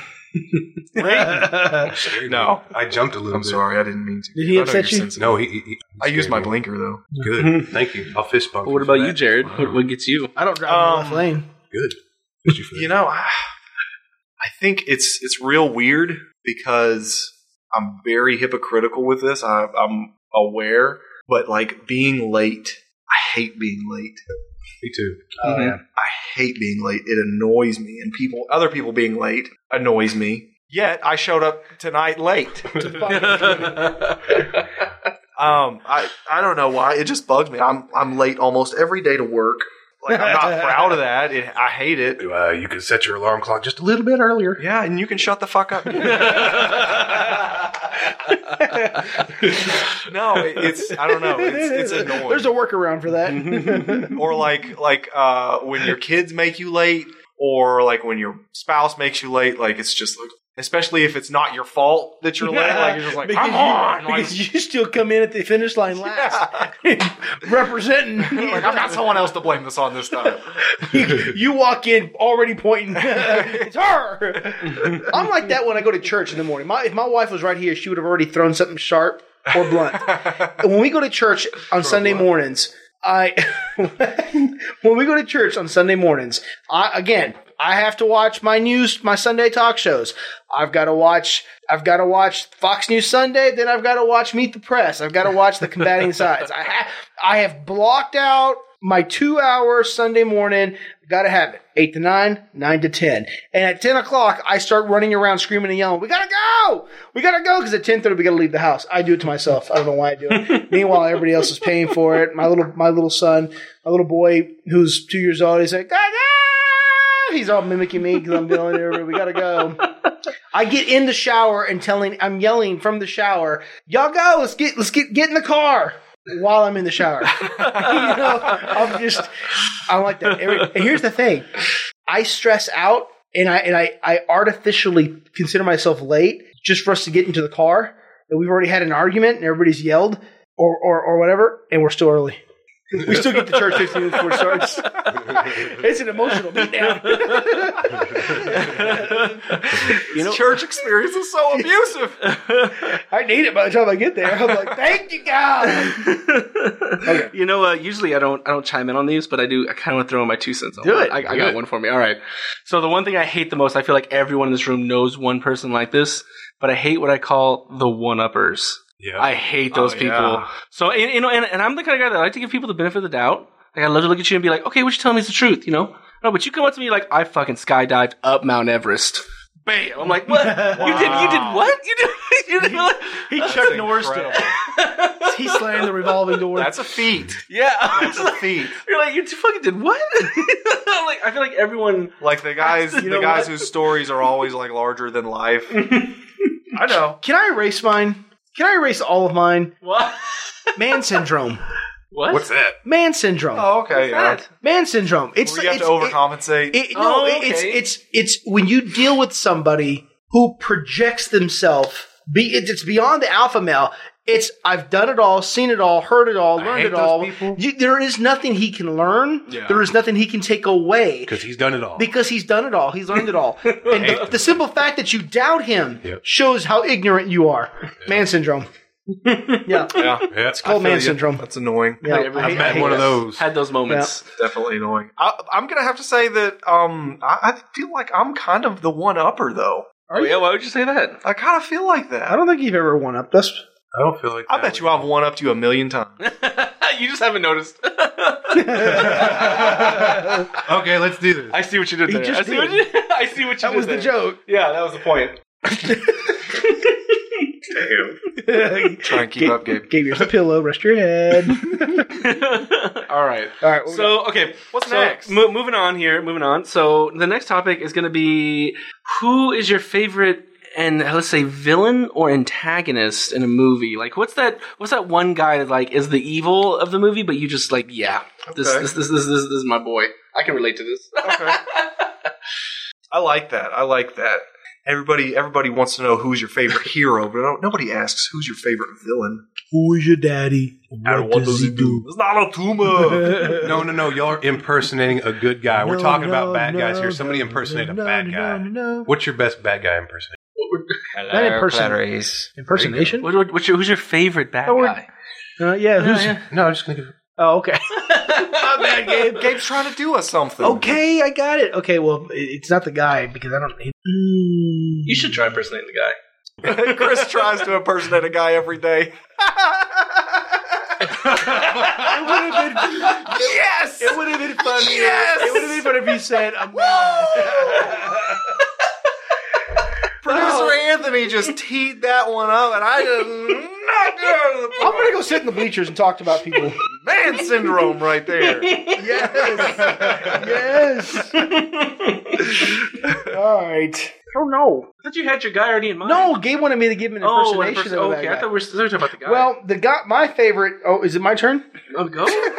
[SPEAKER 4] No.
[SPEAKER 2] I jumped a little
[SPEAKER 4] I'm
[SPEAKER 2] bit.
[SPEAKER 4] sorry, I didn't mean to.
[SPEAKER 3] Did he
[SPEAKER 4] I know
[SPEAKER 3] upset
[SPEAKER 4] you're
[SPEAKER 3] you?
[SPEAKER 4] sensitive.
[SPEAKER 2] No, he, he, he-
[SPEAKER 4] I used my
[SPEAKER 2] scared me.
[SPEAKER 4] blinker though.
[SPEAKER 2] Good. Thank you. I'll fist bump.
[SPEAKER 5] But what
[SPEAKER 2] for
[SPEAKER 5] about you,
[SPEAKER 2] that.
[SPEAKER 5] Jared? What, what gets you?
[SPEAKER 3] I don't drive in the left
[SPEAKER 4] Um,
[SPEAKER 3] lane.
[SPEAKER 2] Good. Fist you for that.
[SPEAKER 4] You know, I, I think it's it's real weird because I'm very hypocritical with this. I, I'm aware, but like being late, I hate being late.
[SPEAKER 2] me too.
[SPEAKER 4] I hate being late. It annoys me, and people, other people being late, annoys me. Yet I showed up tonight late. Um, I I don't know why it just bugs me. I'm I'm late almost every day to work. Like I'm not proud of that. It, I hate it.
[SPEAKER 2] Uh, you can set your alarm clock just a little bit earlier.
[SPEAKER 4] Yeah, and you can shut the fuck up. no, it, it's I don't know. It's, it's annoying.
[SPEAKER 3] There's a workaround for that.
[SPEAKER 4] or like like uh, when your kids make you late, or like when your spouse makes you late. Like it's just like, especially if it's not your fault that you're late. Like you're just like,
[SPEAKER 3] Because
[SPEAKER 4] come
[SPEAKER 3] you-
[SPEAKER 4] on, like,
[SPEAKER 3] because you still come in at the finish line last,
[SPEAKER 4] yeah.
[SPEAKER 3] representing.
[SPEAKER 4] like I've got someone else to blame this on this time.
[SPEAKER 3] you walk in already pointing. it's her. I'm like that when I go to church in the morning. My, if my wife was right here, she would have already thrown something sharp or blunt. And when we go to church on Sunday mornings, I when we go to church on Sunday mornings, I again I have to watch my news, my Sunday talk shows. I've got to watch. I've got to watch Fox News Sunday. Then I've got to watch Meet the Press. I've got to watch the combating sides. I have I have blocked out my two hour Sunday morning, gotta have it. Eight to nine, nine to ten. And at ten o'clock, I start running around screaming and yelling, We gotta go! We gotta go! Because at ten thirty we gotta leave the house. I do it to myself. I don't know why I do it. Meanwhile, everybody else is paying for it. My little my little son, my little boy who's two years old, he's like, Gotta go! He's all mimicking me because I'm yelling at everybody, we gotta go. I get in the shower and telling I'm yelling from the shower, Y'all go, let's get let's get get in the car while I'm in the shower. you know, I'm just, I'm like that. Every- and here's the thing: I stress out, and I and I, I artificially consider myself late just for us to get into the car. And we've already had an argument, and everybody's yelled or or, or whatever, and we're still early. We still get to church 15 minutes before it starts. it's an emotional beatdown.
[SPEAKER 5] You know,
[SPEAKER 4] Church experience is so abusive.
[SPEAKER 3] I need it by the time I get there. I'm like, thank you, God.
[SPEAKER 5] you know, uh, usually I don't I don't chime in on these, but I do. I kind of want to throw in my two cents. on
[SPEAKER 3] Do
[SPEAKER 5] one.
[SPEAKER 3] it.
[SPEAKER 5] I, I got one for me. All right. So the one thing I hate the most, I feel like everyone in this room knows one person like this, but I hate what I call the one uppers.
[SPEAKER 2] Yeah.
[SPEAKER 5] I hate those
[SPEAKER 4] Oh,
[SPEAKER 5] people.
[SPEAKER 4] yeah.
[SPEAKER 5] So and, you know, and, and I'm the kind of guy that I like to give people the benefit of the doubt. Like I love to look at you and be like, okay, what you telling me is the truth, you know? No, but you come up to me like I fucking skydived up Mount Everest. Bam! I'm like, what? You did? You did what? You did? You did what?
[SPEAKER 3] He Chuck Norris did. He slammed the revolving door.
[SPEAKER 4] That's a feat.
[SPEAKER 5] Yeah. I was
[SPEAKER 4] That's a feat.
[SPEAKER 5] You're like, you fucking did what? I'm like, I feel like everyone.
[SPEAKER 4] Like the guys,
[SPEAKER 5] You know
[SPEAKER 4] the guys
[SPEAKER 5] what?
[SPEAKER 4] whose stories are always like larger than life. I know.
[SPEAKER 3] Can I erase mine? Can I erase all of mine?
[SPEAKER 5] What?
[SPEAKER 3] Man syndrome.
[SPEAKER 5] What?
[SPEAKER 2] What's that?
[SPEAKER 3] Man syndrome.
[SPEAKER 4] Oh, okay. yeah.
[SPEAKER 5] that?
[SPEAKER 3] Man syndrome. It's
[SPEAKER 4] Where you have
[SPEAKER 3] it's-
[SPEAKER 4] to overcompensate.
[SPEAKER 3] It, it, no,
[SPEAKER 5] Oh,
[SPEAKER 3] it-
[SPEAKER 5] okay.
[SPEAKER 3] it's it's it's when you deal with somebody who projects themselves. Be it, it's beyond the alpha male. It's I've done it all, seen it all, heard it all, learned
[SPEAKER 2] hate
[SPEAKER 3] it
[SPEAKER 2] those
[SPEAKER 3] all.
[SPEAKER 2] people.
[SPEAKER 3] You, there is nothing he can learn.
[SPEAKER 4] Yeah.
[SPEAKER 3] There is nothing he can take away.
[SPEAKER 2] Because he's done it all.
[SPEAKER 3] Because he's done it all. He's learned it all. And the, the simple fact that you doubt him
[SPEAKER 2] Yep.
[SPEAKER 3] shows how ignorant you are. Man syndrome. yeah.
[SPEAKER 4] yeah.
[SPEAKER 2] yeah.
[SPEAKER 3] It's called man syndrome.
[SPEAKER 4] That's annoying.
[SPEAKER 3] Yeah.
[SPEAKER 5] Like, every-
[SPEAKER 3] I-
[SPEAKER 2] I,
[SPEAKER 3] I
[SPEAKER 2] have met
[SPEAKER 3] hate
[SPEAKER 2] one of
[SPEAKER 3] that.
[SPEAKER 2] those.
[SPEAKER 5] Had those moments.
[SPEAKER 4] Definitely annoying. I, I'm gonna have to say that um, I, I feel like I'm kind of the one upper though.
[SPEAKER 5] Oh, yeah, why would you say that?
[SPEAKER 4] I kind of feel like that.
[SPEAKER 3] I don't think you've ever won up this.
[SPEAKER 2] I don't feel like
[SPEAKER 4] I
[SPEAKER 2] that
[SPEAKER 4] bet you
[SPEAKER 2] way.
[SPEAKER 4] I've one upped you a million times.
[SPEAKER 5] you just haven't noticed.
[SPEAKER 2] Okay, let's do this.
[SPEAKER 5] I see what you did
[SPEAKER 3] He
[SPEAKER 5] there.
[SPEAKER 3] just
[SPEAKER 5] I, see what you,
[SPEAKER 3] did.
[SPEAKER 5] I see what you
[SPEAKER 3] That
[SPEAKER 5] did
[SPEAKER 3] was the
[SPEAKER 5] there.
[SPEAKER 3] joke.
[SPEAKER 5] Yeah, that was the point.
[SPEAKER 4] Try and keep up, Gabe.
[SPEAKER 3] Gave yours a pillow. Rest your head.
[SPEAKER 5] All right.
[SPEAKER 3] All right. what we got?
[SPEAKER 5] So, okay.
[SPEAKER 4] What's
[SPEAKER 5] So,
[SPEAKER 4] next?
[SPEAKER 5] mo- moving on here. Moving on. So, the next topic is going to be who is your favorite and let's say villain or antagonist in a movie? Like, what's that? What's that one guy that like is the evil of the movie, but you just like, yeah, this,
[SPEAKER 4] Okay.
[SPEAKER 5] this, this, this, this, this is my boy. I can relate to this.
[SPEAKER 4] Okay. I like that. I like that. Everybody, everybody wants to know who's your favorite hero, but no- nobody asks who's your favorite villain.
[SPEAKER 3] Who is your daddy?
[SPEAKER 4] And what does he do? It's not a tumor.
[SPEAKER 2] No, no, no. Y'all are impersonating a good guy. We're
[SPEAKER 3] No,
[SPEAKER 2] talking about
[SPEAKER 3] no,
[SPEAKER 2] bad guys
[SPEAKER 3] no,
[SPEAKER 2] here. Somebody
[SPEAKER 3] no,
[SPEAKER 2] impersonate
[SPEAKER 3] no,
[SPEAKER 2] a bad
[SPEAKER 3] no,
[SPEAKER 2] guy.
[SPEAKER 3] no, no.
[SPEAKER 2] What's your best bad guy impersonation?
[SPEAKER 3] Not impersonation. Impersonation?
[SPEAKER 5] What- what- what's your, who's your favorite bad
[SPEAKER 3] Oh, we're-
[SPEAKER 5] guy?
[SPEAKER 3] Uh, yeah. Who's?
[SPEAKER 2] No, I'm just gonna. Give,
[SPEAKER 3] Oh, okay. My bad, Gabe.
[SPEAKER 4] Gabe's trying to do us something.
[SPEAKER 3] Okay, I got it. Okay, well, it- it's not the guy because I don't. He,
[SPEAKER 5] You should try impersonating the guy.
[SPEAKER 4] Chris tries to impersonate a guy every day. yes.
[SPEAKER 3] it would have been funny.
[SPEAKER 4] Yes!
[SPEAKER 3] It would have been funny if he said, "I'm mad."
[SPEAKER 4] Producer Anthony just teed that one up, and I just knocked it out of the
[SPEAKER 3] I'm gonna go sit in the bleachers and talk about people.
[SPEAKER 4] Man syndrome right there.
[SPEAKER 3] yes. All right. Oh
[SPEAKER 5] I
[SPEAKER 3] no.
[SPEAKER 5] thought you had your guy already in mind.
[SPEAKER 3] No, Gabe wanted me to give him an
[SPEAKER 5] Oh,
[SPEAKER 3] impersonation
[SPEAKER 5] imperson-
[SPEAKER 3] of
[SPEAKER 5] okay.
[SPEAKER 3] that
[SPEAKER 5] I
[SPEAKER 3] guy.
[SPEAKER 5] thought we were still talking about the guy.
[SPEAKER 3] well, the guy, my favorite. Oh, is it my turn?
[SPEAKER 5] oh, go.
[SPEAKER 2] you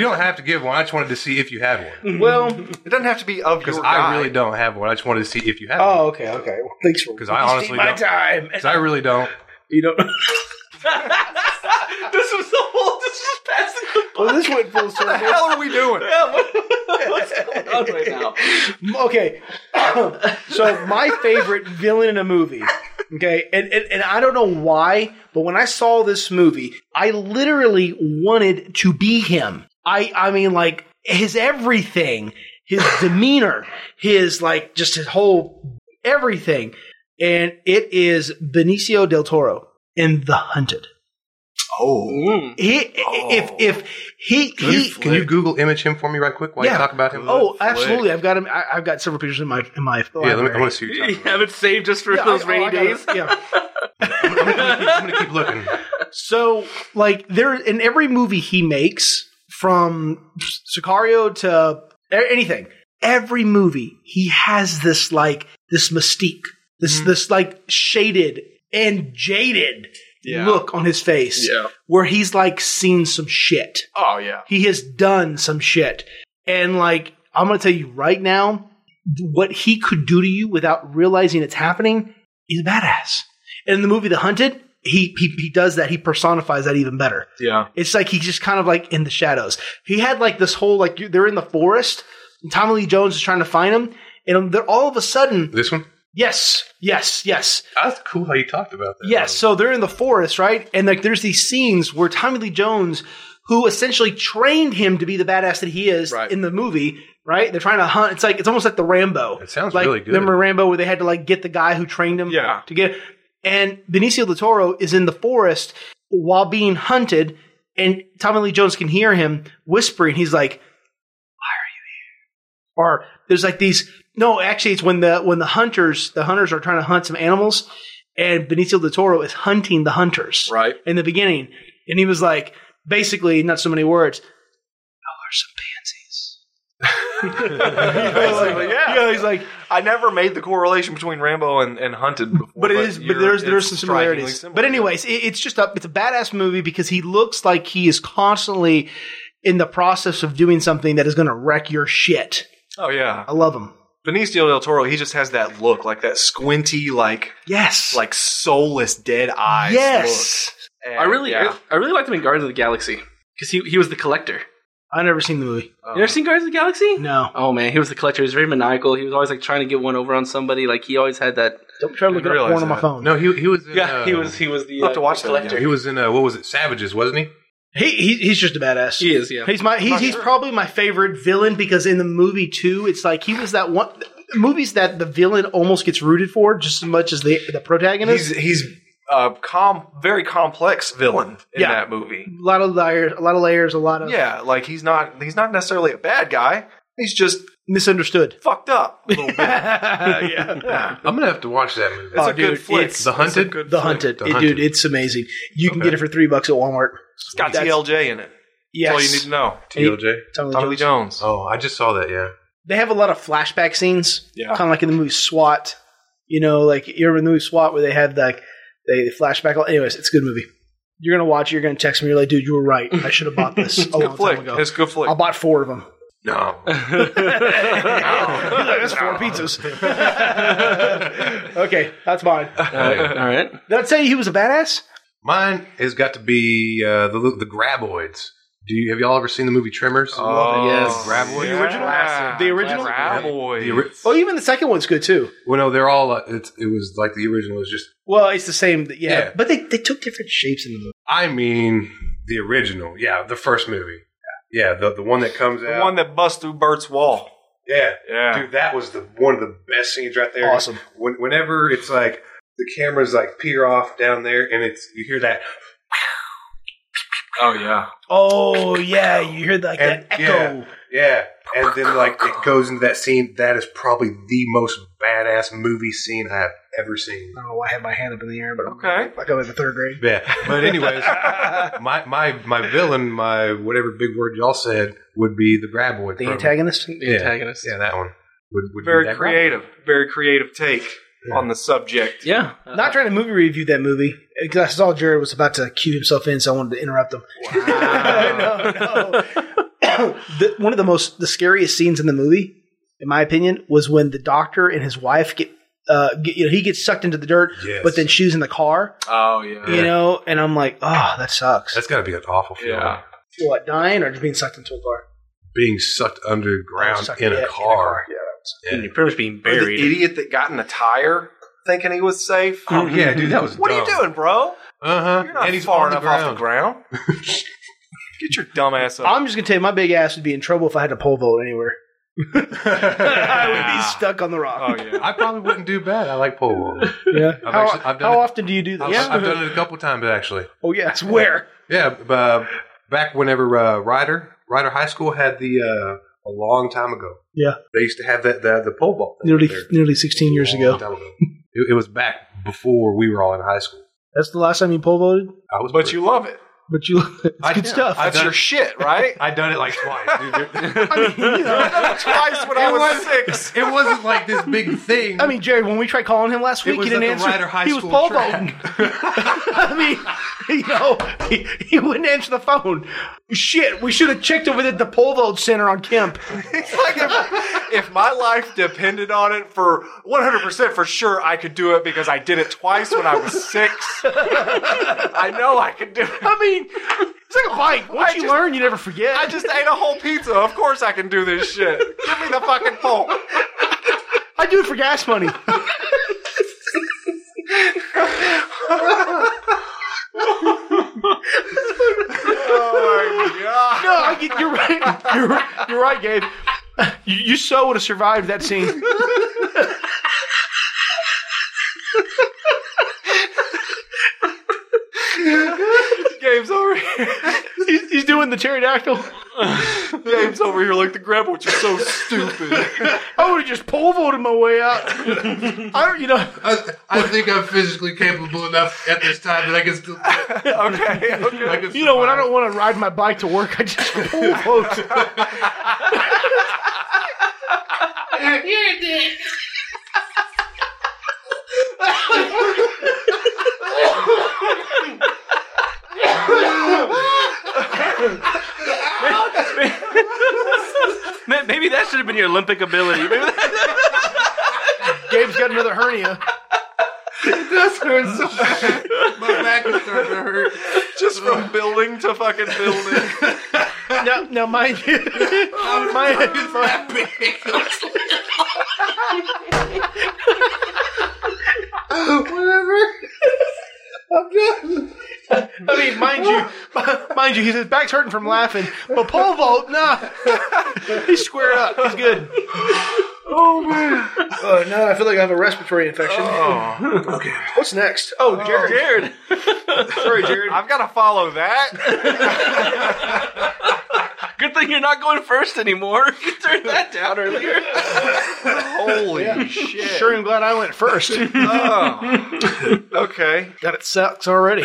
[SPEAKER 2] don't have to give one. I just wanted to see if you had one
[SPEAKER 3] Well,
[SPEAKER 4] It doesn't have to be of
[SPEAKER 2] because
[SPEAKER 4] your
[SPEAKER 2] I
[SPEAKER 4] guy.
[SPEAKER 2] really don't have one. I just wanted to see if you had.
[SPEAKER 3] oh, okay, okay. Well, thanks for
[SPEAKER 2] Because I honestly
[SPEAKER 3] my
[SPEAKER 2] don't.
[SPEAKER 3] time.
[SPEAKER 2] Because I really don't.
[SPEAKER 3] You don't.
[SPEAKER 5] this was the whole. This was passing the
[SPEAKER 3] Well, this went full
[SPEAKER 4] What the
[SPEAKER 3] circle.
[SPEAKER 4] hell are we doing?
[SPEAKER 5] Yeah, what- what's going on right now?
[SPEAKER 3] Okay, so my favorite villain in a movie. Okay, and, and and I don't know why, but when I saw this movie, I literally wanted to be him. I I mean, like his everything, his demeanor, his like just his whole everything, and it is Benicio del Toro in The Hunted.
[SPEAKER 4] Oh,
[SPEAKER 3] He, if if he
[SPEAKER 2] Can
[SPEAKER 3] he
[SPEAKER 2] you, can you Google image him for me right quick while
[SPEAKER 3] Yeah.
[SPEAKER 2] you talk about him?
[SPEAKER 3] Oh, absolutely. I've got him. I, I've got several pictures in my in my.
[SPEAKER 2] yeah. Let me,
[SPEAKER 3] library.
[SPEAKER 2] I want to see you.
[SPEAKER 5] You have it saved just for
[SPEAKER 3] Yeah,
[SPEAKER 5] those
[SPEAKER 3] I- oh,
[SPEAKER 5] rainy
[SPEAKER 3] I got it.
[SPEAKER 5] days.
[SPEAKER 3] Yeah.
[SPEAKER 2] I'm gonna keep looking.
[SPEAKER 3] So like there in every movie he makes, from Sicario to a- anything, every movie he has this like this mystique, this
[SPEAKER 2] Mm-hmm.
[SPEAKER 3] this like shaded and jaded
[SPEAKER 4] Yeah.
[SPEAKER 3] look on his face,
[SPEAKER 4] Yeah.
[SPEAKER 3] where he's like seen some shit.
[SPEAKER 4] oh yeah.
[SPEAKER 3] He has done some shit. And like, I'm going to tell you right now, what he could do to you without realizing it's happening, he's a badass. And in the movie The Hunted, he, he, he does that. He personifies that even better.
[SPEAKER 4] Yeah.
[SPEAKER 3] It's like he's just kind of like in the shadows. He had like this whole, like, you- they're in the forest. And Tommy Lee Jones is trying to find him. And they're all of a sudden,
[SPEAKER 2] This one.
[SPEAKER 3] yes, yes, yes.
[SPEAKER 2] That's cool how you talked about that.
[SPEAKER 3] Yes, so they're in the forest, right? And like there's these scenes where Tommy Lee Jones, who essentially trained him to be the badass that he is
[SPEAKER 4] Right.
[SPEAKER 3] in the movie, right? They're trying to hunt. It's like it's almost like the Rambo.
[SPEAKER 2] It sounds
[SPEAKER 3] like,
[SPEAKER 2] really good.
[SPEAKER 3] Remember Rambo where they had to like get the guy who trained him
[SPEAKER 4] Yeah.
[SPEAKER 3] to get and Benicio del Toro is in the forest while being hunted, and Tommy Lee Jones can hear him whispering. He's like, or there's like these no actually it's when the when the hunters the hunters are trying to hunt some animals and benicio del toro is hunting the hunters
[SPEAKER 4] Right.
[SPEAKER 3] in the beginning and he was like basically not so many words Oh,
[SPEAKER 4] Basically, yeah.
[SPEAKER 3] yeah he's like
[SPEAKER 4] I never made the correlation between Rambo and, and Hunted before.
[SPEAKER 3] but it is but
[SPEAKER 4] you're-
[SPEAKER 3] there's there's
[SPEAKER 4] it's
[SPEAKER 3] some
[SPEAKER 4] strikingly
[SPEAKER 3] similarities
[SPEAKER 4] similar.
[SPEAKER 3] but anyways it, it's just a it's a badass movie because he looks like he is constantly in the process of doing something that is going to wreck your shit
[SPEAKER 4] Oh yeah.
[SPEAKER 3] i love him
[SPEAKER 4] Benicio del Toro, he just has that look, like that squinty, like
[SPEAKER 3] yes
[SPEAKER 4] like soulless, dead eyes.
[SPEAKER 3] yes
[SPEAKER 4] look. And,
[SPEAKER 5] I really,
[SPEAKER 4] yeah.
[SPEAKER 5] I, I really liked him in Guardians of the Galaxy because he, he was the collector.
[SPEAKER 3] i've never seen the movie
[SPEAKER 5] You ever seen Guardians of the Galaxy?
[SPEAKER 3] no
[SPEAKER 5] Oh man, he was the collector. He was very maniacal. He was always like trying to get one over on somebody. Like he always had that.
[SPEAKER 3] don't try to look
[SPEAKER 4] Didn't
[SPEAKER 3] at porn
[SPEAKER 4] realize
[SPEAKER 3] on my
[SPEAKER 4] that.
[SPEAKER 3] phone
[SPEAKER 2] No, he he was. In, uh,
[SPEAKER 5] He was the.
[SPEAKER 4] I'll have to watch that again.
[SPEAKER 2] He was in uh, what was it? Savages, wasn't he?
[SPEAKER 3] he, he he's just a badass
[SPEAKER 5] He is. Yeah.
[SPEAKER 3] He's my he's, he's probably my favorite villain because in the movie too, it's like he was that one movies that the villain almost gets rooted for just as much as the the protagonist.
[SPEAKER 4] He's he's a com very complex villain in
[SPEAKER 3] Yeah.
[SPEAKER 4] that movie.
[SPEAKER 3] a lot of layers, a lot of layers, a lot of
[SPEAKER 4] Yeah, like he's not he's not necessarily a bad guy. He's just
[SPEAKER 3] misunderstood.
[SPEAKER 4] fucked up a little bit.
[SPEAKER 3] yeah.
[SPEAKER 4] Yeah.
[SPEAKER 2] I'm gonna have to watch that movie.
[SPEAKER 4] It's
[SPEAKER 3] Oh,
[SPEAKER 4] a good
[SPEAKER 3] dude,
[SPEAKER 4] flick.
[SPEAKER 3] it's-
[SPEAKER 2] The Hunted?
[SPEAKER 4] It's a good
[SPEAKER 3] The
[SPEAKER 4] flick.
[SPEAKER 3] Hunted,
[SPEAKER 2] The
[SPEAKER 3] It-
[SPEAKER 2] Hunted.
[SPEAKER 3] dude, it's amazing. You can
[SPEAKER 2] Okay.
[SPEAKER 3] get it for three bucks at Walmart.
[SPEAKER 4] It's got
[SPEAKER 3] That's-
[SPEAKER 4] TLJ in it.
[SPEAKER 3] Yes,
[SPEAKER 4] That's all you need to know.
[SPEAKER 2] TLJ.
[SPEAKER 3] Tommy Lee
[SPEAKER 4] Tommy Lee
[SPEAKER 3] Jones.
[SPEAKER 4] Jones.
[SPEAKER 2] Oh, I just saw that. Yeah.
[SPEAKER 3] They have a lot of flashback scenes,
[SPEAKER 4] Yeah.
[SPEAKER 3] kind of like in the movie SWAT. You know, like you remember the movie SWAT where they have like they, they flashback. all- Anyways, it's a good movie. You're gonna watch it. You're gonna text me. You're like, dude, you were right. I should have bought this a long
[SPEAKER 4] Good
[SPEAKER 3] time
[SPEAKER 4] flick.
[SPEAKER 3] ago.
[SPEAKER 4] It's a good flick.
[SPEAKER 3] I bought four of them.
[SPEAKER 2] No.
[SPEAKER 3] that's four pizzas. okay, that's mine.
[SPEAKER 5] all right. All right.
[SPEAKER 3] Did I tell you he was a badass?
[SPEAKER 2] Mine has got to be uh, the the Graboids. Do you have y'all ever seen the movie Tremors?
[SPEAKER 4] Oh,
[SPEAKER 5] yes.
[SPEAKER 4] Graboid.
[SPEAKER 2] The original?
[SPEAKER 3] The original?
[SPEAKER 2] The
[SPEAKER 4] Graboid.
[SPEAKER 2] ori-
[SPEAKER 3] Oh, even the second one's good too.
[SPEAKER 2] well, no, they're all. Uh, it's, it was like the original was just.
[SPEAKER 3] Well, it's the same. Yeah,
[SPEAKER 2] Yeah.
[SPEAKER 3] but they, they took different shapes in the movie.
[SPEAKER 2] I mean, the original. Yeah, the first movie. Yeah, the the one that comes
[SPEAKER 4] The
[SPEAKER 2] out.
[SPEAKER 4] one that busts through Bert's wall.
[SPEAKER 2] yeah,
[SPEAKER 4] Yeah.
[SPEAKER 2] dude, that was the one of the best scenes right there.
[SPEAKER 3] Awesome.
[SPEAKER 2] When, whenever it's like the cameras like peer off down there, and it's you hear that
[SPEAKER 4] Oh yeah.
[SPEAKER 3] Oh yeah, you hear like
[SPEAKER 2] And-
[SPEAKER 3] that
[SPEAKER 2] yeah.
[SPEAKER 3] echo.
[SPEAKER 2] Yeah, and then like it goes into that scene. That is probably the most badass movie scene I have ever seen.
[SPEAKER 3] Oh, I had my hand up in the air, but I'm
[SPEAKER 4] Okay.
[SPEAKER 3] like I'm in the third grade.
[SPEAKER 2] Yeah, but anyways, my my my villain, my whatever big word y'all said would be the graboid.
[SPEAKER 3] The
[SPEAKER 2] from-
[SPEAKER 3] antagonist.
[SPEAKER 5] The
[SPEAKER 2] Yeah.
[SPEAKER 5] antagonist.
[SPEAKER 2] Yeah, that one would, would be
[SPEAKER 4] Very
[SPEAKER 2] that
[SPEAKER 4] creative. Very creative take
[SPEAKER 2] Yeah.
[SPEAKER 4] on the subject.
[SPEAKER 5] Yeah.
[SPEAKER 3] Not trying to movie review that movie because I saw Jared was about to cue himself in, so I wanted to interrupt him.
[SPEAKER 2] Oh.
[SPEAKER 3] no, no. the, one of the most the scariest scenes in the movie, in my opinion, was when the doctor and his wife get. Uh, get, you know, he gets sucked into the dirt,
[SPEAKER 2] Yes.
[SPEAKER 3] but then she's in the car,
[SPEAKER 4] Oh yeah.
[SPEAKER 3] you know, and I'm like, oh, that sucks.
[SPEAKER 2] That's got to be an awful feeling.
[SPEAKER 4] Yeah.
[SPEAKER 3] what, dying or just being sucked into a car?
[SPEAKER 2] Being sucked underground
[SPEAKER 3] Sucked-
[SPEAKER 2] in,
[SPEAKER 3] yeah,
[SPEAKER 2] a car.
[SPEAKER 3] Yeah.
[SPEAKER 2] Yeah.
[SPEAKER 5] You're pretty much being
[SPEAKER 4] Or
[SPEAKER 5] buried.
[SPEAKER 4] The idiot that got in a tire thinking he was safe.
[SPEAKER 2] Oh yeah, dude, that was.
[SPEAKER 4] What are you doing, bro?
[SPEAKER 2] Uh huh.
[SPEAKER 4] You're not far enough off the ground. Get your dumb ass up.
[SPEAKER 3] I'm just going to tell you, my big ass would be in trouble if I had to pole vault anywhere. I would
[SPEAKER 2] Ah.
[SPEAKER 3] be stuck on the
[SPEAKER 4] oh
[SPEAKER 3] rock.
[SPEAKER 4] yeah.
[SPEAKER 2] I probably wouldn't do bad. I like pole vault.
[SPEAKER 3] yeah.
[SPEAKER 2] I've
[SPEAKER 3] how
[SPEAKER 2] actually- I've done
[SPEAKER 3] how
[SPEAKER 2] it-
[SPEAKER 3] often do you do this?
[SPEAKER 2] I've, I've done it a couple times actually.
[SPEAKER 3] Oh, yes. Where?
[SPEAKER 2] Yeah, b- uh, back whenever uh, Ryder Ryder High School had the uh, a long time ago.
[SPEAKER 3] Yeah.
[SPEAKER 2] they used to have that the, the pole vault thing
[SPEAKER 3] nearly
[SPEAKER 2] there Oh,
[SPEAKER 3] nearly 16 years
[SPEAKER 2] a
[SPEAKER 3] ago.
[SPEAKER 2] long time It, it was back before we were all in high school.
[SPEAKER 3] That's the last time you poll voted,
[SPEAKER 2] I was,
[SPEAKER 4] But you love it.
[SPEAKER 3] but you it's
[SPEAKER 2] I-
[SPEAKER 3] good
[SPEAKER 2] yeah,
[SPEAKER 3] stuff.
[SPEAKER 2] I-
[SPEAKER 4] That's your shit, right?
[SPEAKER 2] I done it like twice. dude.
[SPEAKER 3] I mean, you know,
[SPEAKER 4] Twice when I was six.
[SPEAKER 2] it wasn't like this big thing.
[SPEAKER 3] I mean, Jared, when we tried calling him last
[SPEAKER 2] It
[SPEAKER 3] week,
[SPEAKER 2] was
[SPEAKER 3] he didn't
[SPEAKER 2] at the
[SPEAKER 3] answer.
[SPEAKER 2] Ryder High
[SPEAKER 3] he was
[SPEAKER 2] School
[SPEAKER 3] pole
[SPEAKER 2] track.
[SPEAKER 3] vaulting. I mean, you know, he, he wouldn't answer the phone. Shit, we should have checked over at the pole vault center on Kemp.
[SPEAKER 4] Like if, if my life depended on it for 100% for sure, I could do it because I did it twice when I was six. I know I could do it.
[SPEAKER 3] I mean, it's like a bike. Once
[SPEAKER 4] I
[SPEAKER 3] you
[SPEAKER 4] just-
[SPEAKER 3] learn, you never forget.
[SPEAKER 4] I just ate a whole pizza. Of course I can do this shit. Give me the fucking pole.
[SPEAKER 3] I do it for gas money.
[SPEAKER 4] Oh my god.
[SPEAKER 3] No, I get, you're right. You're, you're right, Gabe. You, you so would have survived that scene.
[SPEAKER 4] Gabe's over here.
[SPEAKER 3] He's, he's doing the pterodactyl.
[SPEAKER 4] Gabe's over here like the grandpa, which is so stupid.
[SPEAKER 3] I would have just pole vaulted my way out. I don't, you know,
[SPEAKER 1] I, I think I'm physically capable enough at this time that I can still. do it.
[SPEAKER 4] okay, okay.
[SPEAKER 1] I can
[SPEAKER 3] you know when I
[SPEAKER 1] survive.
[SPEAKER 3] don't want to ride my bike to work, I just pole vault.
[SPEAKER 5] Ma- Maybe that should have been your Olympic ability. Maybe that-
[SPEAKER 3] Gabe's got another hernia.
[SPEAKER 1] That's hurt so bad. My back is starting to hurt.
[SPEAKER 4] Just from building to fucking building.
[SPEAKER 3] Now, now mind you, mind,
[SPEAKER 1] It's that big. Whatever.
[SPEAKER 3] I mean, mind you, mind you, he says back's hurting from laughing, but pole vault, nah. He's squared up. He's good. Oh man. Oh no, I feel like I have a respiratory infection.
[SPEAKER 4] Oh. Okay.
[SPEAKER 3] What's next? Oh, Jared.
[SPEAKER 5] Jared.
[SPEAKER 3] Sorry, Jared.
[SPEAKER 4] I've got to follow that.
[SPEAKER 5] Good thing you're not going first anymore. You turned that down earlier.
[SPEAKER 4] Holy shit.
[SPEAKER 3] Sure, I'm glad I went first. God,
[SPEAKER 4] Oh. Okay.
[SPEAKER 3] it sucks already.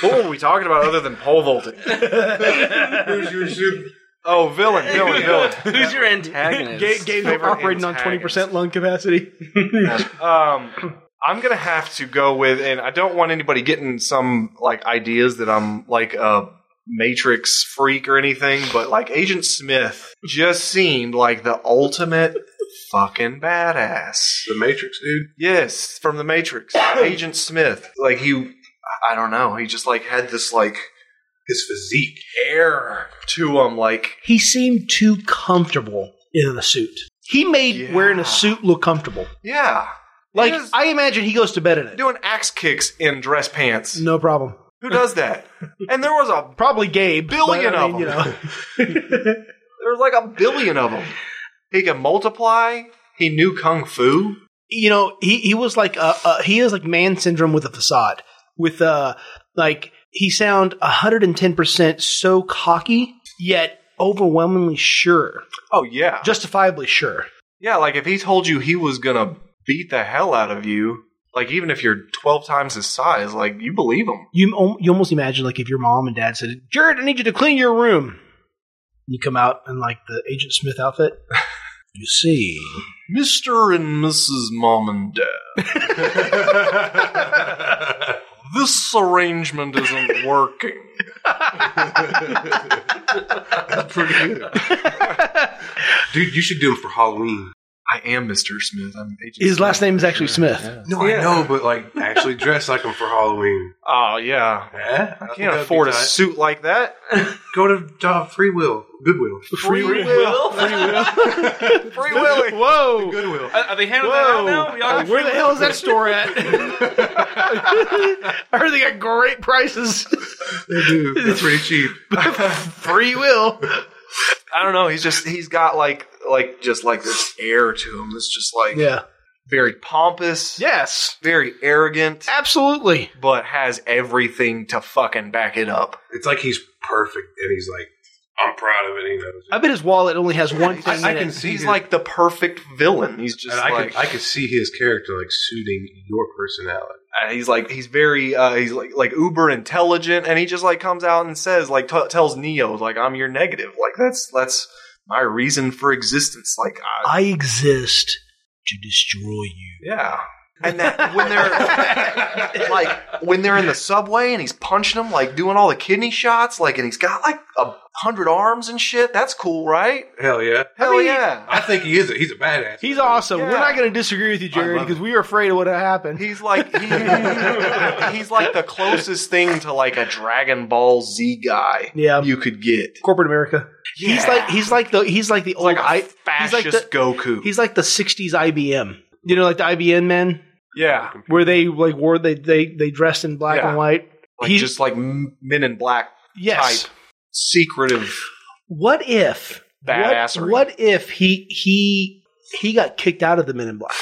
[SPEAKER 4] What were we talking about other than pole vaulting?
[SPEAKER 1] Who's your super-
[SPEAKER 4] Oh, villain, villain, villain.
[SPEAKER 5] Who's your antagonist?
[SPEAKER 3] Ga- Gabe's
[SPEAKER 4] Favorite
[SPEAKER 3] operating on twenty
[SPEAKER 4] antagonist.
[SPEAKER 3] percent lung capacity.
[SPEAKER 4] Um, I'm gonna have to go with, and I don't want anybody getting some like ideas that I'm like a Matrix freak or anything, but like Agent Smith just seemed like the ultimate fucking badass.
[SPEAKER 2] the Matrix, dude.
[SPEAKER 4] Yes, from the Matrix, Agent Smith. Like he, I don't know. He just like had this like
[SPEAKER 2] His physique.
[SPEAKER 4] air to him, like
[SPEAKER 3] He seemed too comfortable in the suit. He made
[SPEAKER 4] Yeah.
[SPEAKER 3] wearing a suit look comfortable.
[SPEAKER 4] yeah,
[SPEAKER 3] Like
[SPEAKER 4] He was
[SPEAKER 3] I imagine he goes to bed in it.
[SPEAKER 4] doing axe kicks in dress pants.
[SPEAKER 3] No problem.
[SPEAKER 4] Who does that? And there was a
[SPEAKER 3] Probably Gabe. but,
[SPEAKER 4] Billion
[SPEAKER 3] I
[SPEAKER 4] of
[SPEAKER 3] mean,
[SPEAKER 4] them.
[SPEAKER 3] You know.
[SPEAKER 4] There's like a billion of them. He could multiply. He knew kung fu.
[SPEAKER 3] you know, he, he was like uh, uh, he is like man syndrome with a facade. With uh, like he sound hundred and ten percent so cocky, yet overwhelmingly sure,
[SPEAKER 4] Oh yeah,
[SPEAKER 3] justifiably sure.
[SPEAKER 4] yeah. Like if he told you he was gonna beat the hell out of you, like even if you're 12 times his size, like you believe him.
[SPEAKER 3] You al- you almost imagine like if your mom and dad said, "Jared, I need you to clean your room." You come out in like the Agent Smith outfit. you see,
[SPEAKER 4] Mister and Mrs. Mom and Dad, this arrangement isn't working.
[SPEAKER 2] Pretty good. dude, you should do him for Halloween.
[SPEAKER 4] I am Mister Smith. I'm Agent.
[SPEAKER 3] his last name is actually Smith.
[SPEAKER 2] No, I know, but like actually dress like him for Halloween.
[SPEAKER 4] Oh yeah,
[SPEAKER 2] Yeah,
[SPEAKER 4] I can't afford a suit like that.
[SPEAKER 2] Go to uh, Free Will, Goodwill,
[SPEAKER 4] Free will, free willing.
[SPEAKER 3] Whoa!
[SPEAKER 2] Goodwill.
[SPEAKER 5] Are, are they handling
[SPEAKER 3] Whoa!
[SPEAKER 5] that out now? We all
[SPEAKER 3] Where the hell is that store at? I heard they got great prices.
[SPEAKER 2] They do. That's pretty cheap.
[SPEAKER 3] Free will.
[SPEAKER 4] I don't know. He's just he's got like like just like this air to him. It's just like
[SPEAKER 3] Yeah.
[SPEAKER 4] very pompous,
[SPEAKER 3] Yes.
[SPEAKER 4] very arrogant,
[SPEAKER 3] Absolutely.
[SPEAKER 4] but has everything to fucking back it up.
[SPEAKER 2] It's like he's perfect, and he's like, I'm proud of it. He knows. It.
[SPEAKER 3] I bet his wallet only has one thing
[SPEAKER 2] I
[SPEAKER 3] in
[SPEAKER 2] can
[SPEAKER 3] it.
[SPEAKER 2] see.
[SPEAKER 4] He's
[SPEAKER 2] his-
[SPEAKER 4] like the perfect villain. He's just
[SPEAKER 2] and I
[SPEAKER 4] like
[SPEAKER 2] could, I could see his character like suiting your personality.
[SPEAKER 4] and uh, he's like he's very uh, he's like like uber intelligent and he just like comes out and says like t- tells neo like i'm your negative like that's that's my reason for existence like I,
[SPEAKER 3] I exist to destroy you.
[SPEAKER 4] yeah and that when they're like when they're in the subway and he's punching them like doing all the kidney shots like and he's got like a hundred arms and shit that's cool right
[SPEAKER 2] Hell yeah!
[SPEAKER 4] hell yeah
[SPEAKER 2] I think he is. A, he's a badass.
[SPEAKER 3] He's awesome.
[SPEAKER 4] Yeah.
[SPEAKER 3] We're not going to disagree with you, Jared, because we were afraid of what had happened.
[SPEAKER 4] He's like he, he's like the closest thing to like a Dragon Ball Z guy
[SPEAKER 3] Yeah.
[SPEAKER 4] you could get.
[SPEAKER 3] Corporate America. He's
[SPEAKER 4] Yeah.
[SPEAKER 3] like he's like the he's like the old
[SPEAKER 4] like a
[SPEAKER 3] I, he's
[SPEAKER 4] fascist
[SPEAKER 3] like the
[SPEAKER 4] Goku.
[SPEAKER 3] he's like the '60s IBM. You know, like the IBM men
[SPEAKER 4] yeah,
[SPEAKER 3] where they like wore they they they dressed in black
[SPEAKER 4] Yeah.
[SPEAKER 3] and white.
[SPEAKER 4] like
[SPEAKER 3] He's-
[SPEAKER 4] just like m- Men in Black,
[SPEAKER 3] Yes.
[SPEAKER 4] Type. secretive.
[SPEAKER 3] What if
[SPEAKER 4] Badassery.
[SPEAKER 3] What, what if he he he got kicked out of the Men in Black?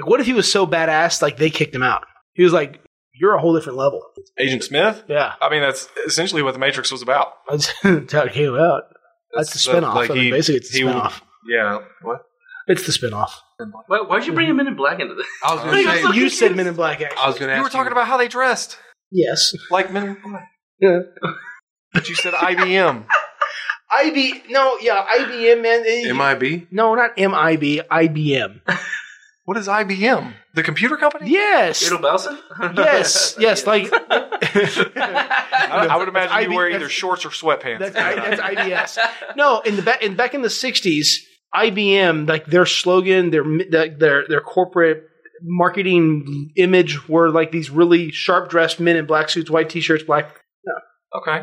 [SPEAKER 3] Like, what if he was so badass like they kicked him out? He was like, "You're a whole different level."
[SPEAKER 4] Agent Smith.
[SPEAKER 3] Yeah,
[SPEAKER 4] I mean, that's essentially what the Matrix was about.
[SPEAKER 3] that's how it came out. That's the spinoff.
[SPEAKER 4] like
[SPEAKER 3] I mean,
[SPEAKER 4] he-
[SPEAKER 3] basically, it's the
[SPEAKER 4] he-
[SPEAKER 3] spinoff.
[SPEAKER 4] Yeah. What?
[SPEAKER 3] It's the spinoff.
[SPEAKER 5] Why, why'd you bring him in in black into this?
[SPEAKER 2] I was
[SPEAKER 5] Hey,
[SPEAKER 2] going to say.
[SPEAKER 5] so
[SPEAKER 3] you said
[SPEAKER 5] confused.
[SPEAKER 3] Men in Black. Actually.
[SPEAKER 2] I was going to.
[SPEAKER 4] You were talking about how they dressed
[SPEAKER 3] Yes.
[SPEAKER 4] like Men in Black.
[SPEAKER 3] Yeah.
[SPEAKER 4] But you said IBM.
[SPEAKER 3] IB. No. Yeah. IBM. Man.
[SPEAKER 2] MIB.
[SPEAKER 3] no, not MIB. IBM.
[SPEAKER 4] What is IBM? The computer company?
[SPEAKER 3] Yes.
[SPEAKER 5] Beetle Belson?
[SPEAKER 3] Yes. Yes. Like
[SPEAKER 4] I, I would imagine
[SPEAKER 3] IB
[SPEAKER 4] you wear either
[SPEAKER 3] that's-
[SPEAKER 4] shorts or sweatpants.
[SPEAKER 3] That's, I, that's IBS. No, in the back in back in the '60s, IBM like their slogan, their mi- their their, their corporate marketing image were like these really sharp dressed men in black suits, white t-shirts, black.
[SPEAKER 4] okay.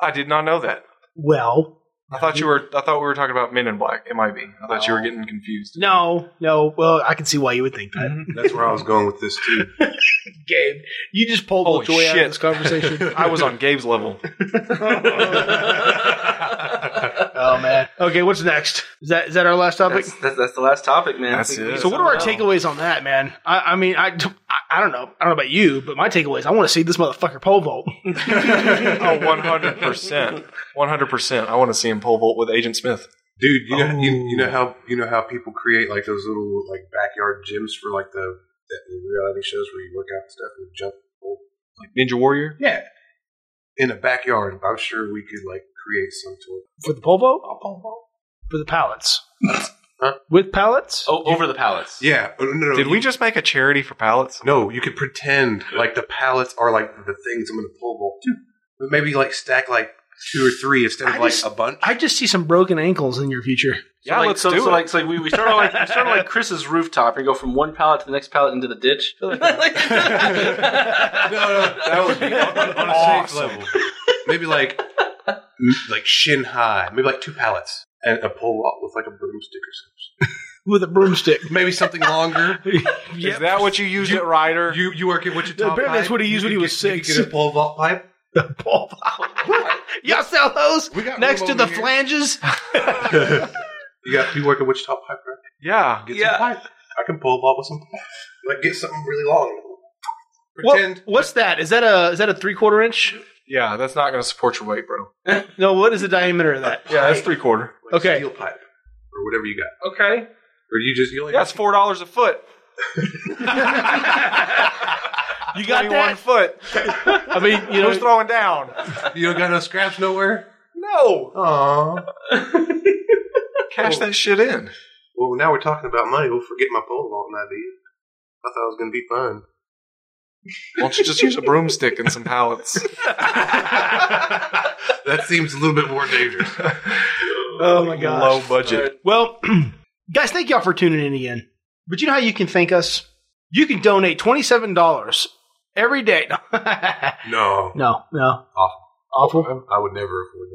[SPEAKER 4] I did not know that.
[SPEAKER 3] Well,
[SPEAKER 4] I thought you were. I thought we were talking about Men in Black. MIB. I thought you were getting confused.
[SPEAKER 3] no, no. Well, I can see why you would think that.
[SPEAKER 2] That's where I was going with this too.
[SPEAKER 3] Mm-hmm. Gabe, you just pulled
[SPEAKER 4] Holy
[SPEAKER 3] the joy out
[SPEAKER 4] shit.
[SPEAKER 3] of this conversation.
[SPEAKER 4] I was on Gabe's level.
[SPEAKER 3] oh man. Okay, what's next? Is that is that our last topic?
[SPEAKER 5] That's, that's, that's the last topic, man.
[SPEAKER 4] That's it.
[SPEAKER 3] So what are our
[SPEAKER 5] Wow.
[SPEAKER 3] takeaways on that, man? I, I mean, I, I, I don't know. I don't know about you, but my takeaways. I want to see this motherfucker pole vault.
[SPEAKER 4] Oh, 100%. 100%. I want to see him pole vault with Agent Smith.
[SPEAKER 2] Dude, you know you, you know how you know how people create like those little like backyard gyms for like the, the reality shows where you work out and stuff and jump.
[SPEAKER 4] Like Ninja Warrior?
[SPEAKER 2] Yeah, in a backyard, I'm sure we could like create some sort.
[SPEAKER 3] For the pole vault? For the pallets.
[SPEAKER 2] Huh?
[SPEAKER 3] With pallets?
[SPEAKER 5] Oh, over the pallets.
[SPEAKER 2] Yeah, no, no, no,
[SPEAKER 4] Did
[SPEAKER 2] you-
[SPEAKER 4] we just make a charity for pallets?
[SPEAKER 2] No, you could pretend like the pallets are like the things I'm going to pull vault to, but maybe like stack like two or three instead of
[SPEAKER 3] I
[SPEAKER 2] like
[SPEAKER 3] just-
[SPEAKER 2] a bunch.
[SPEAKER 3] I just see some broken ankles in your future.
[SPEAKER 4] Yeah,
[SPEAKER 5] like,
[SPEAKER 4] let's
[SPEAKER 5] so,
[SPEAKER 4] do
[SPEAKER 5] so
[SPEAKER 4] it.
[SPEAKER 5] Like, so like we, we start on like we start on like Chris's rooftop and go from one pallet to the next pallet into the ditch.
[SPEAKER 2] no, no, that would be on, on- on a safe level. Maybe like m- like shin high, maybe like two pallets and a pull vault with like a broomstick or something.
[SPEAKER 3] With a broomstick.
[SPEAKER 2] Maybe something longer.
[SPEAKER 4] Is that what you used at Ryder?
[SPEAKER 2] You you work at Wichita.
[SPEAKER 3] Apparently
[SPEAKER 2] Pipe.
[SPEAKER 3] that's what he used
[SPEAKER 2] You
[SPEAKER 3] when he
[SPEAKER 2] could
[SPEAKER 3] was
[SPEAKER 2] get- you
[SPEAKER 3] six.
[SPEAKER 2] could Get a pole vault pipe.
[SPEAKER 3] Pole vault. Y'all sell those
[SPEAKER 2] We got
[SPEAKER 3] next
[SPEAKER 2] room
[SPEAKER 3] to the
[SPEAKER 2] over here.
[SPEAKER 3] flanges?
[SPEAKER 2] You got you work at Wichita Pipe, right?
[SPEAKER 4] yeah.
[SPEAKER 2] Get
[SPEAKER 5] Yeah.
[SPEAKER 2] some pipe. I can pole vault with some pipe. Like get something really long.
[SPEAKER 3] What-
[SPEAKER 2] Pretend.
[SPEAKER 3] what's that? Is that a is that a three quarter inch?
[SPEAKER 4] Yeah, that's not going to support your weight, bro.
[SPEAKER 3] No, what is the diameter of that?
[SPEAKER 4] Yeah, that's three quarter.
[SPEAKER 2] like
[SPEAKER 3] Okay.
[SPEAKER 2] steel pipe or whatever you got.
[SPEAKER 5] okay.
[SPEAKER 2] Or you just you only
[SPEAKER 4] Yeah, it's four dollars a foot.
[SPEAKER 3] You got
[SPEAKER 4] One
[SPEAKER 3] that?
[SPEAKER 4] foot.
[SPEAKER 3] I mean, you
[SPEAKER 4] Who's
[SPEAKER 3] know,
[SPEAKER 4] throwing down?
[SPEAKER 2] you don't got no scraps nowhere.
[SPEAKER 4] No.
[SPEAKER 2] Aww.
[SPEAKER 4] Cash that shit in.
[SPEAKER 2] Well, now we're talking about money. We'll forget my pole vault idea. I thought it was going to be fun.
[SPEAKER 4] Why don't you just use a broomstick and some pallets?
[SPEAKER 2] That seems a little bit more dangerous.
[SPEAKER 3] oh my gosh.
[SPEAKER 4] Low budget.
[SPEAKER 3] Well, guys, thank y'all for tuning in again. But you know how you can thank us? You can donate $27 every day. No,
[SPEAKER 2] no,
[SPEAKER 3] no, no.
[SPEAKER 2] Awful.
[SPEAKER 3] Awful.
[SPEAKER 2] I would never afford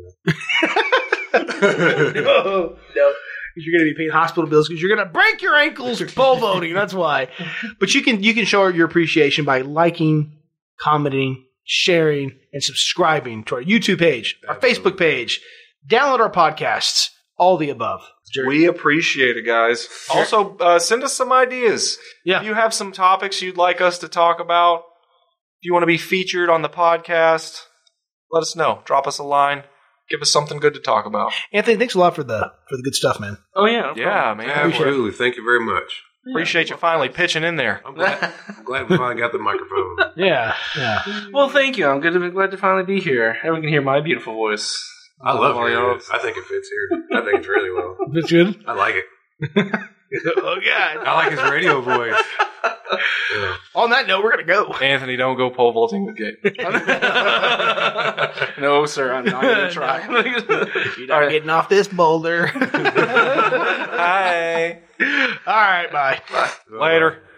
[SPEAKER 3] No,
[SPEAKER 2] that.
[SPEAKER 3] no. Because you're going to be paying hospital bills because you're going to break your ankles pole voting. That's why. But you can you can show your appreciation by liking, commenting, sharing, and subscribing to our YouTube page, our
[SPEAKER 2] Absolutely.
[SPEAKER 3] Facebook page. Download our podcasts. All the above.
[SPEAKER 4] We appreciate it, guys. Also, uh, send us some ideas.
[SPEAKER 3] Yeah.
[SPEAKER 4] If you have some topics you'd like us to talk about, if you want to be featured on the podcast, let us know. Drop us a line. Give us something good to talk about.
[SPEAKER 3] Anthony, thanks a lot for the for the good stuff, man.
[SPEAKER 5] Oh yeah,
[SPEAKER 4] Yeah, man.
[SPEAKER 2] Absolutely. Thank you very much.
[SPEAKER 4] Appreciate you finally pitching in there.
[SPEAKER 2] I'm glad, I'm glad we finally got the microphone.
[SPEAKER 3] Yeah. Yeah.
[SPEAKER 5] Well, thank you. I'm good. To, glad to finally be here. Everyone can hear my beautiful voice.
[SPEAKER 2] I love
[SPEAKER 5] Everybody
[SPEAKER 2] it.
[SPEAKER 5] else.
[SPEAKER 2] I think it fits here. I think it's really well.
[SPEAKER 3] That's good.
[SPEAKER 2] I like it.
[SPEAKER 3] oh god.
[SPEAKER 2] I like his radio voice. Yeah.
[SPEAKER 3] On that note, we're gonna go.
[SPEAKER 4] Anthony, don't go pole vaulting with Gabe.
[SPEAKER 5] No, sir, I'm not gonna try. All right.
[SPEAKER 3] Getting off this boulder.
[SPEAKER 4] Hi.
[SPEAKER 3] All right, bye.
[SPEAKER 4] Later.